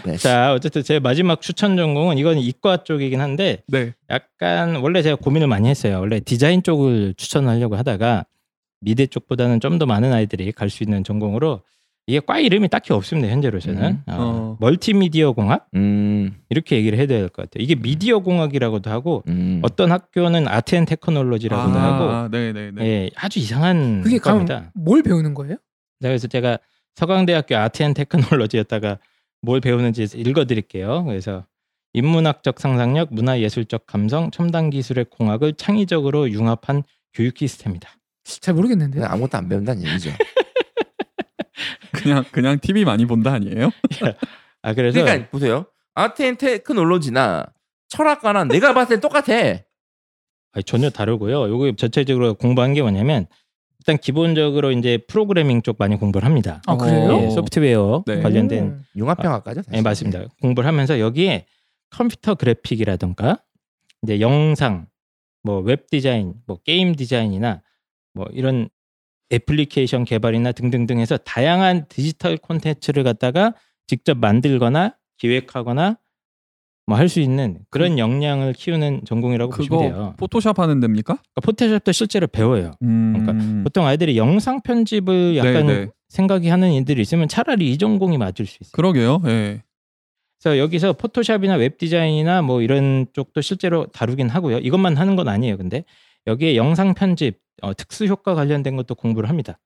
B: 네.
A: 자 어쨌든 제 마지막 추천 전공은 이건 이과 쪽이긴 한데
D: 네.
A: 약간 원래 제가 고민을 많이 했어요. 원래 디자인 쪽을 추천하려고 하다가 미대 쪽보다는 좀 더 많은 아이들이 갈 수 있는 전공으로 이게 과 이름이 딱히 없습니다 현재로서는
B: 음,
A: 어,
D: 어.
A: 멀티미디어 공학
B: 음,
A: 이렇게 얘기를 해야 될 것 같아요. 이게 미디어 공학이라고도 하고
B: 음.
A: 어떤 학교는 아트 앤 테크놀로지라고도 하고
D: 네네네.
A: 예, 아주 이상한
C: 그게
A: 겁
C: 그럼
A: 니다
C: 뭘 배우는 거예요?
A: 그래서 제가 서강대학교 아트앤 테크놀로지였다가 뭘 배우는지 읽어드릴게요. 그래서 인문학적 상상력, 문화예술적 감성, 첨단 기술의 공학을 창의적으로 융합한 교육 시스템이다.
C: 잘 모르겠는데.
A: 네.
B: 그냥 아무것도 안 배운다는 얘기죠.
D: 그냥 그냥 TV 많이 본다 아니에요?
A: 아 그래서
B: 그러니까 보세요. 아트 앤 테크놀로지나 철학과나 내가 봤을 땐 똑같아.
A: 아니, 전혀 다르고요. 요거 전체적으로 공부한 게 뭐냐면 일단 기본적으로 이제 프로그래밍 쪽 많이 공부를 합니다.
C: 아, 그래요?
A: 예, 소프트웨어
D: 네.
A: 관련된
C: 오.
B: 융합평학과죠. 사실.
A: 네, 맞습니다. 공부를 하면서 여기에 컴퓨터 그래픽이라던가 이제 영상, 뭐 웹 디자인, 뭐 게임 디자인이나 뭐 이런 애플리케이션 개발이나 등등등 해서 다양한 디지털 콘텐츠를 갖다가 직접 만들거나 기획하거나 뭐 할 수 있는 그런 역량을 키우는 전공이라고 보시면
D: 음. 그거
A: 돼요.
D: 포토샵 하는 데입니까?
A: 그러니까 포토샵도 실제로 배워요.
D: 음. 네,
A: 보통 아이들이 영상 편집을 그 약간 생각이 하는 이들이 있으면 차라리 이 전공이 맞을 수 있어요.
D: 그러게요. 예.
A: 그래서 여기서 포토샵이나 웹 디자인이나 뭐 이런 쪽도 실제로 다루긴 하고요. 이것만 하는 건 아니에요. 근데 여기에 영상 편집, 어, 특수 효과 관련된 것도 공부를 합니다.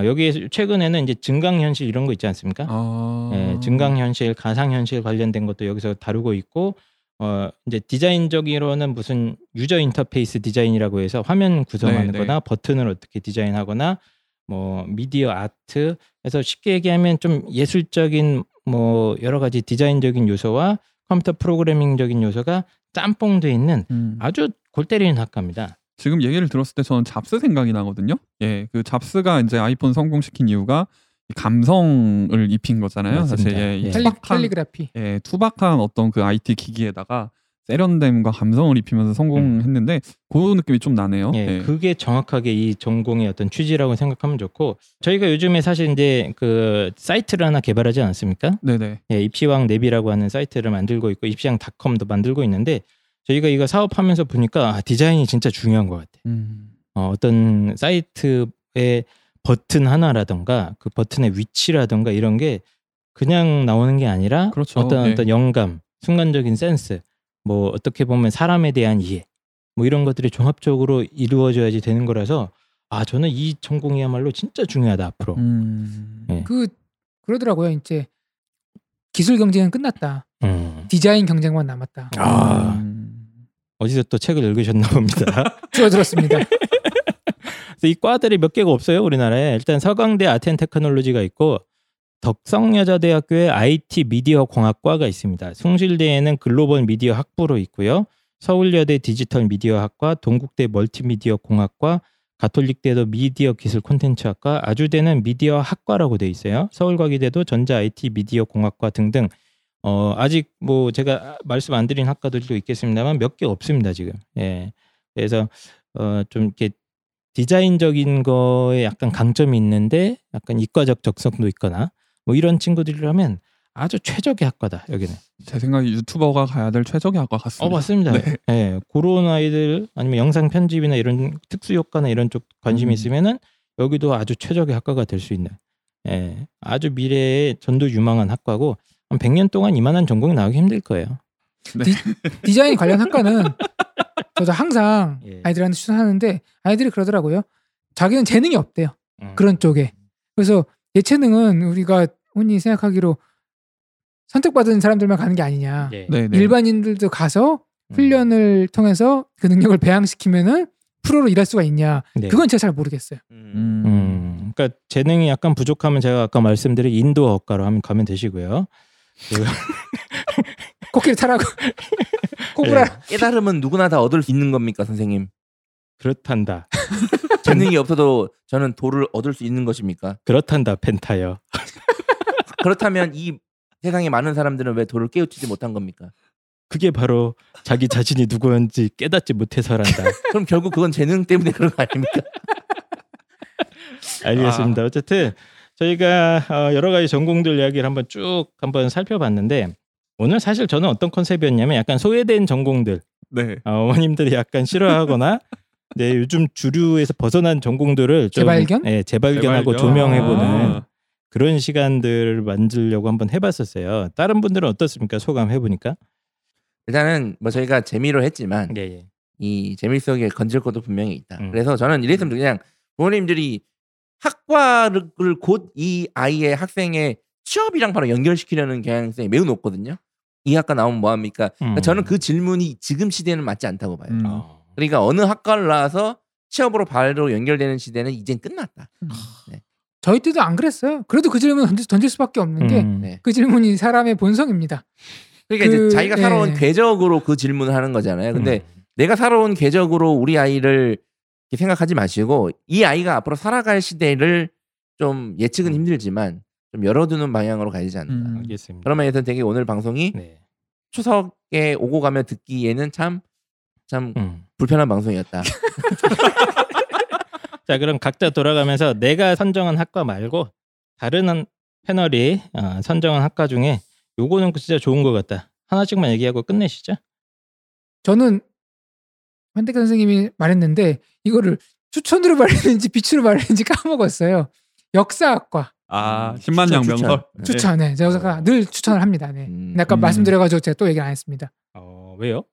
A: 어, 여기에 최근에는 이제 증강 현실 이런 거 있지 않습니까?
D: 아.
A: 예, 증강 현실, 가상 현실 관련된 것도 여기서 다루고 있고 어 이제 디자인적으로는 무슨 유저 인터페이스 디자인이라고 해서 화면 구성하는
D: 네, 네.
A: 거나 버튼을 어떻게 디자인하거나 뭐 미디어 아트 그래서 쉽게 얘기하면 좀 예술적인 뭐 여러 가지 디자인적인 요소와 컴퓨터 프로그래밍적인 요소가 짬뽕돼 있는
D: 음.
A: 아주 골 때리는 학과입니다.
D: 지금 얘기를 들었을 때 저는 잡스 생각이 나거든요. 예, 그 잡스가 이제 아이폰 성공시킨 이유가 이 감성을 입힌 거잖아요. 사실
A: 맞습니다.
D: 예, 이
A: 예.
C: 캘리,
D: 투박한
C: 캘리그라피.
D: 예, 투박한 어떤 그 IT 기기에다가 세련됨과 감성을 입히면서 성공했는데 그 느낌이 좀 나네요.
A: 음. 예, 그게 정확하게 이 전공의 어떤 취지라고 생각하면 좋고 저희가 요즘에 사실 이제 그 사이트를 하나 개발하지 않습니까?
D: 네네.
A: 예, 입시왕 내비라고 하는 사이트를 만들고 있고 입시왕닷컴도 만들고 있는데 저희가 이거 사업하면서 보니까 아, 디자인이 진짜 중요한 것 같아요.
D: 음.
A: 어, 어떤 사이트의 버튼 하나라던가 그 버튼의 위치라던가 이런 게 그냥 나오는 게 아니라
D: 그렇죠.
A: 어떤
D: 예.
A: 어떤 영감, 순간적인 센스, 뭐 어떻게 보면 사람에 대한 이해, 뭐 이런 것들이 종합적으로 이루어져야지 되는 거라서 아 저는 이 전공이야말로 진짜 중요하다 앞으로.
D: 음.
A: 예.
C: 그 그러더라고요. 이제 기술 경쟁은 끝났다.
A: 음.
C: 디자인 경쟁만 남았다.
A: 아.
D: 음.
A: 어디서 또 책을 읽으셨나 봅니다.
C: 줄어들었습니다.
A: 그래서 이 과들이 몇 개가 없어요 우리나라에 일단 서강대 아텐 테크놀로지가 있고 덕성여자대학교의 IT 미디어 공학과가 있습니다. 숭실대에는 글로벌 미디어 학부로 있고요. 서울여대 디지털 미디어 학과, 동국대 멀티미디어 공학과, 가톨릭대도 미디어 기술 콘텐츠 학과, 아주대는 미디어 학과라고 돼 있어요. 서울과기대도 전자 IT 미디어 공학과 등등 어, 아직 뭐 제가 말씀 안 드린 학과들도 있겠습니다만 몇 개 없습니다 지금. 예. 그래서 어, 좀 이렇게 디자인적인 거에 약간 강점이 있는데 약간 이과적 적성도 있거나 뭐 이런 친구들이라면 아주 최적의 학과다 여기는.
D: 제 생각에 유튜버가 가야 될 최적의 학과 같습니다.
A: 어 맞습니다. 예, 그런 아이들 아니면 영상 편집이나 이런 특수 효과나 이런 쪽 관심이
D: 음.
A: 있으면은 여기도 아주 최적의 학과가 될 수 있는. 예, 아주 미래에 전도 유망한 학과고 한 100년 동안 이만한 전공이 나오기 힘들 거예요.
C: 디자인 관련 학과는 저도 항상
A: 예.
C: 아이들한테 추천하는데 아이들이 그러더라고요. 자기는 재능이 없대요.
A: 음.
C: 그런 쪽에. 그래서 예체능은 우리가 흔히 생각하기로 선택받은 사람들만 가는 게 아니냐.
A: 예.
D: 네, 네.
C: 일반인들도 가서
A: 음.
C: 훈련을 통해서 그 능력을 배양시키면은 프로로 일할 수가 있냐.
A: 네.
C: 그건 제가 잘 모르겠어요.
D: 음.
A: 음, 그러니까 재능이 약간 부족하면 제가 아까 말씀드린 인도 학과로 하면 가면 되시고요.
C: 코끼리 타라고.
A: 예,
C: 코브라.
B: 깨달음은 누구나 다 얻을 수 있는 겁니까, 선생님?
A: 그렇단다.
B: 재능이 없어도 저는 도를 얻을 수 있는 것입니까?
A: 그렇단다 펜타요.
B: 그렇다면 이 세상에 많은 사람들은 왜 도를 깨우치지 못한 겁니까?
A: 그게 바로 자기 자신이 누구인지 깨닫지 못해서란다.
B: 그럼 결국 그건 재능 때문에 그런 거 아닙니까?
A: 알겠습니다. 어쨌든 저희가 어, 여러 가지 전공들 이야기를 한번 쭉 한번 살펴봤는데 오늘 사실 저는 어떤 컨셉이었냐면 약간 소외된 전공들
D: 네.
A: 어, 어머님들이 약간 싫어하거나 네, 요즘 주류에서 벗어난 전공들을 좀,
C: 재발견?
A: 예, 재발견하고
D: 재발견.
A: 조명해보는
D: 네, 아.
A: 그런 시간들을 만들려고 한번 해봤었어요. 다른 분들은 어떻습니까? 소감 해보니까?
B: 일단은 뭐 저희가 재미로 했지만
A: 예, 예.
B: 이 재미 속에 건질 것도 분명히 있다.
A: 음.
B: 그래서 저는 이랬으면 그냥 부모님들이 학과를 곧 이 아이의 학생의 취업이랑 바로 연결시키려는 경향성이 매우 높거든요. 이 학과 나오면 뭐합니까?
A: 음.
B: 그러니까 저는 그 질문이 지금 시대는 맞지 않다고 봐요.
D: 음.
A: 어.
B: 그러니까 어느 학과를 나와서 취업으로 바로 연결되는 시대는 이젠 끝났다.
C: 음. 저희 때도 안 그랬어요. 그래도 그 질문 던질, 던질 수밖에 없는 게
A: 음.
B: 네.
C: 그 질문이 사람의 본성입니다.
B: 그러니까
C: 그,
B: 이제 자기가
C: 예.
B: 살아온 궤적으로 그 질문을 하는 거잖아요. 근데
A: 음.
B: 내가 살아온 궤적으로 우리 아이를 이렇게 생각하지 마시고 이 아이가 앞으로 살아갈 시대를 좀 예측은 힘들지만 좀 열어두는 방향으로 가야지 않나.
D: 음.
A: 알겠습니다.
B: 그런 면에서 되게 오늘 방송이
A: 네.
B: 추석에 오고 가면 듣기에는 참 참
A: 음.
B: 불편한 방송이었다.
A: 자 그럼 각자 돌아가면서 내가 선정한 학과 말고 다른 한 패널이 어, 선정한 학과 중에 요거는 진짜 좋은 것 같다 하나씩만 얘기하고 끝내시죠
C: 저는 환대카 선생님이 말했는데 이거를 추천으로 말했는지 빛으로 말했는지 까먹었어요. 역사학과
D: 아, 10만
B: 추천,
D: 양명설. 네.
C: 추천해.
A: 어.
C: 제가 늘 추천을 합니다. 네.
B: 음.
C: 근데 아까
D: 음.
C: 말씀드려가지고 제가 또 얘기를 안 했습니다.
A: 어, 왜요?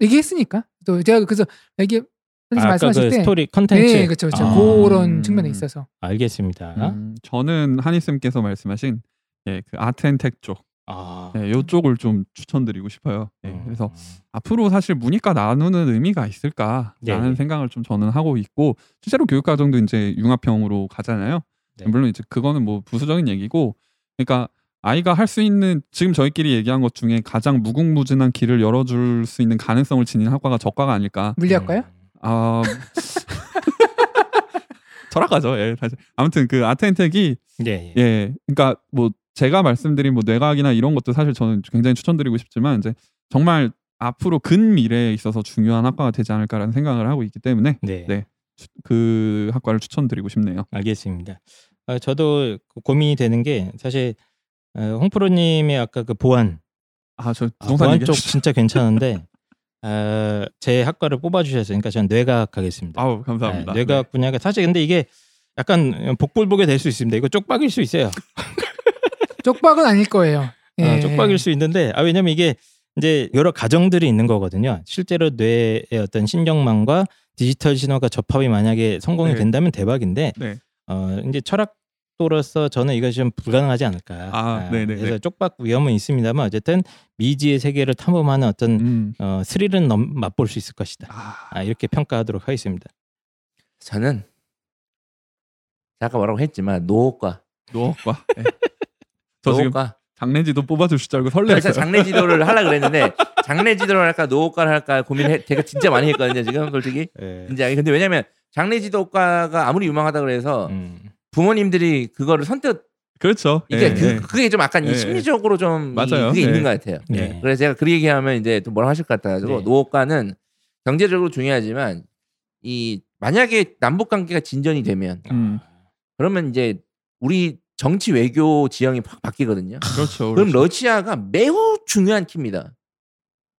C: 얘기했으니까 또 제가 그래서 얘기 선생님
A: 아, 아까
C: 말씀하실
A: 그
C: 때
A: 스토리 컨텐츠
C: 네, 그렇죠, 그렇죠.
A: 아.
C: 그런
D: 음.
C: 측면에 있어서
A: 알겠습니다
D: 음, 저는 한희 쌤께서 말씀하신 예, 그 아트앤텍 쪽,
A: 아.
D: 예, 요쪽을 좀 추천드리고 싶어요. 예,
A: 음.
D: 그래서 앞으로 사실 문이과 나누는 의미가 있을까라는
A: 네, 네.
D: 생각을 좀 저는 하고 있고 실제로 교육과정도 이제 융합형으로 가잖아요.
A: 네.
D: 물론 이제 그거는 뭐 부수적인 얘기고 그러니까 아이가 할 수 있는 지금 저희끼리 얘기한 것 중에 가장 무궁무진한 길을 열어줄 수 있는 가능성을 지닌 학과가 저과가 아닐까.
C: 물리학과요?
A: 네. 음.
D: 아 철학가죠. 예, 사실 아무튼 그 아트앤텍이
A: 음. 예, 예.
D: 예, 그러니까 뭐 제가 말씀드린 뭐 뇌과학이나 이런 것도 사실 저는 굉장히 추천드리고 싶지만 이제 정말 앞으로 근 미래에 있어서 중요한 학과가 되지 않을까라는 생각을 하고 있기 때문에
A: 네.
D: 네. 추- 그 학과를 추천드리고 싶네요.
A: 알겠습니다 아, 저도 그 고민이 되는 게 사실 어, 홍프로님의 아까 그 보안
D: 아 저
A: 아,
D: 부동산
A: 보안
D: 얘기
A: 쪽 진짜 괜찮은데 어, 제 학과를 뽑아주셨으니까 저는 뇌과학 하겠습니다
D: 아우 감사합니다.
A: 네, 뇌과학 분야가 사실 근데 이게 약간 복불복이 될 수 있습니다. 이거 쪽박일 수 있어요.
C: 쪽박은 아닐 거예요.
A: 아,
C: 예.
A: 쪽박일 수 있는데 아 왜냐면 이게 이제 여러 가정들이 있는 거거든요. 실제로 뇌의 어떤 신경망과 디지털 신호가 접합이 만약에 성공이
D: 네.
A: 된다면 대박인데
D: 네.
A: 어 이제 철학도로서 저는 이것이 좀 불가능하지 않을까.
D: 아, 네네네.
A: 그래서 쪽박 위험은 있습니다만 어쨌든 미지의 세계를 탐험하는 어떤
D: 음.
A: 어, 스릴은 넘- 맛볼 수 있을 것이다.
D: 아,
A: 아, 이렇게 평가하도록 하겠습니다.
B: 저는 제가 아까 뭐라고 했지만 노후과
D: 노학과. 예. 저 지금
B: 노후과
D: 장례지도 뽑아주실 줄 알고 설레요.
B: 그래서 장례 지도를 하려 그랬는데 장례 지도를 할까 노후과를 할까 고민을 제가 진짜 많이 했거든요 지금 솔직히
A: 예.
B: 진짜 근데 왜냐면 장례 지도과가 아무리 유망하다 그래서
A: 음.
B: 부모님들이 그거를 선택
D: 그렇죠.
B: 이게
D: 예, 예.
B: 그, 그게 좀 약간 이
D: 예,
B: 심리적으로 좀 이-
D: 맞아요.
B: 그게
D: 예.
B: 있는 것 같아요.
A: 네.
B: 그래서 제가 그 얘기하면 이제 또 뭐라 하실 것 같아가지고
A: 네.
B: 노후과는 경제적으로 중요하지만 이 만약에 남북 관계가 진전이 되면
D: 음.
B: 그러면 이제 우리 정치 외교 지형이 확 바뀌거든요.
D: 그렇죠.
B: 그럼
D: 그렇죠.
B: 러시아가 매우 중요한 키입니다.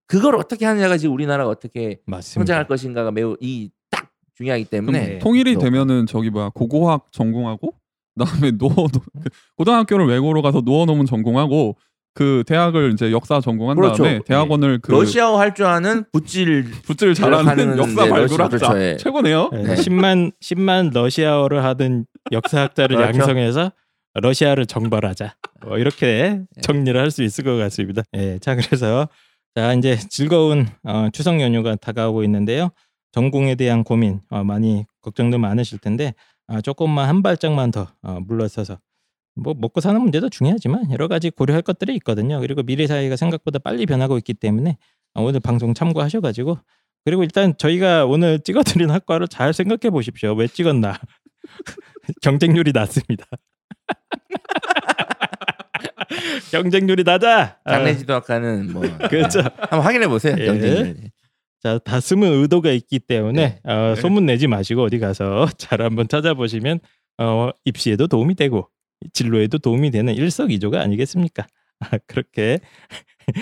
B: 그걸 어떻게 하느냐가 지금 우리나라가 어떻게
A: 맞습니다.
B: 성장할 것인가가 매우 이 딱 중요하기 때문에
A: 그럼
D: 통일이
B: 네. 너-
D: 되면은 저기 뭐야 고고학 전공하고 그다음에 노어 노- 고등학교를 외고로 가서 노어 논문 전공하고 그 대학을 이제 역사 전공한
B: 그렇죠.
D: 다음에 대학원을 그
B: 러시아어 할 줄 아는 붙질
D: 붓질 잘하는
B: 하는
D: 역사
B: 네,
D: 발굴학자
B: 러시아- 그렇죠, 예.
D: 최고네요.
A: 네.
B: 네.
A: 10만 10만 러시아어를 하던 역사학자를
B: 그렇죠.
A: 양성해서 러시아를 정벌하자. 뭐 이렇게
B: 예.
A: 정리를 할 수 있을 것 같습니다. 예, 자 그래서 자 이제 즐거운 어, 추석 연휴가 다가오고 있는데요. 전공에 대한 고민 어, 많이 걱정도 많으실 텐데 아, 조금만 한 발짝만 더 어, 물러서서 뭐 먹고 사는 문제도 중요하지만 여러 가지 고려할 것들이 있거든요. 그리고 미래 사회가 생각보다 빨리 변하고 있기 때문에 어, 오늘 방송 참고하셔가지고 그리고 일단 저희가 오늘 찍어드린 학과를 잘 생각해 보십시오. 왜 찍었나? 경쟁률이 낮습니다. 경쟁률이 낮아. 아,
B: 장례지도 아까는 뭐
A: 그렇죠.
B: 한번 확인해 보세요. 네,
A: 예.
B: 경쟁률.
A: 자, 다 숨은 의도가 있기 때문에 어, 소문 내지 마시고 어디 가서 잘 한번 찾아보시면 어, 입시에도 도움이 되고 진로에도 도움이 되는 일석이조가 아니겠습니까? 아, 그렇게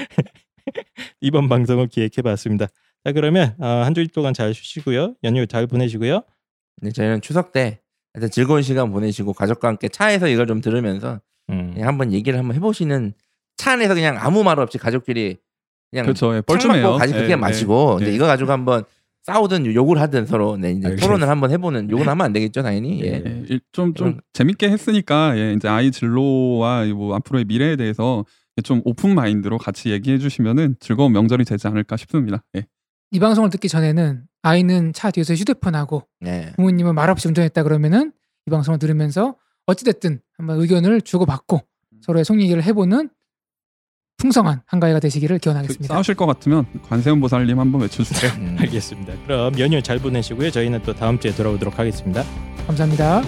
A: 이번 방송을 기획해봤습니다. 자, 그러면 어, 한 주일 동안 잘 쉬시고요. 연휴 잘 보내시고요.
B: 네, 저희는 추석 때 일단 즐거운 시간 보내시고 가족과 함께 차에서 이걸 좀 들으면서
A: 음.
B: 그냥 한번 얘기를 한번 해보시는 차 안에서 그냥 아무 말 없이 가족끼리 그냥
D: 그렇죠. 예,
B: 창
D: 뻘쭘해요.
B: 맞고 뭐 가지 그냥
D: 예,
B: 마시고
D: 예.
B: 이제 이거 가지고 한번 싸우든 욕을 하든 서로 네, 이제
A: 알겠습니다.
B: 토론을 한번 해보는 욕은 하면 안 되겠죠 당연히 예.
A: 예.
D: 예, 좀, 좀
B: 이런-
D: 재밌게 했으니까 예, 이제 아이 진로와 이뭐 앞으로의 미래에 대해서 좀 오픈 마인드로 같이 얘기해 주시면은 즐거운 명절이 되지 않을까 싶습니다. 예.
C: 이 방송을 듣기 전에는 아이는 차 뒤에서 휴대폰하고
D: 예.
B: 네.
C: 부모님은 말없이 운전했다 그러면은 이 방송을 들으면서 어찌됐든 한번 의견을 주고받고
A: 음.
C: 서로의 속 얘기를 해보는 풍성한 한가위가 되시기를
D: 그
C: 기원하겠습니다.
D: 싸우실 것 같으면 관세음 보살님 한번 외쳐주세요.
B: 음.
A: 알겠습니다. 그럼 연휴 잘 보내시고요. 저희는 또 다음 주에 돌아오도록 하겠습니다.
C: 감사합니다.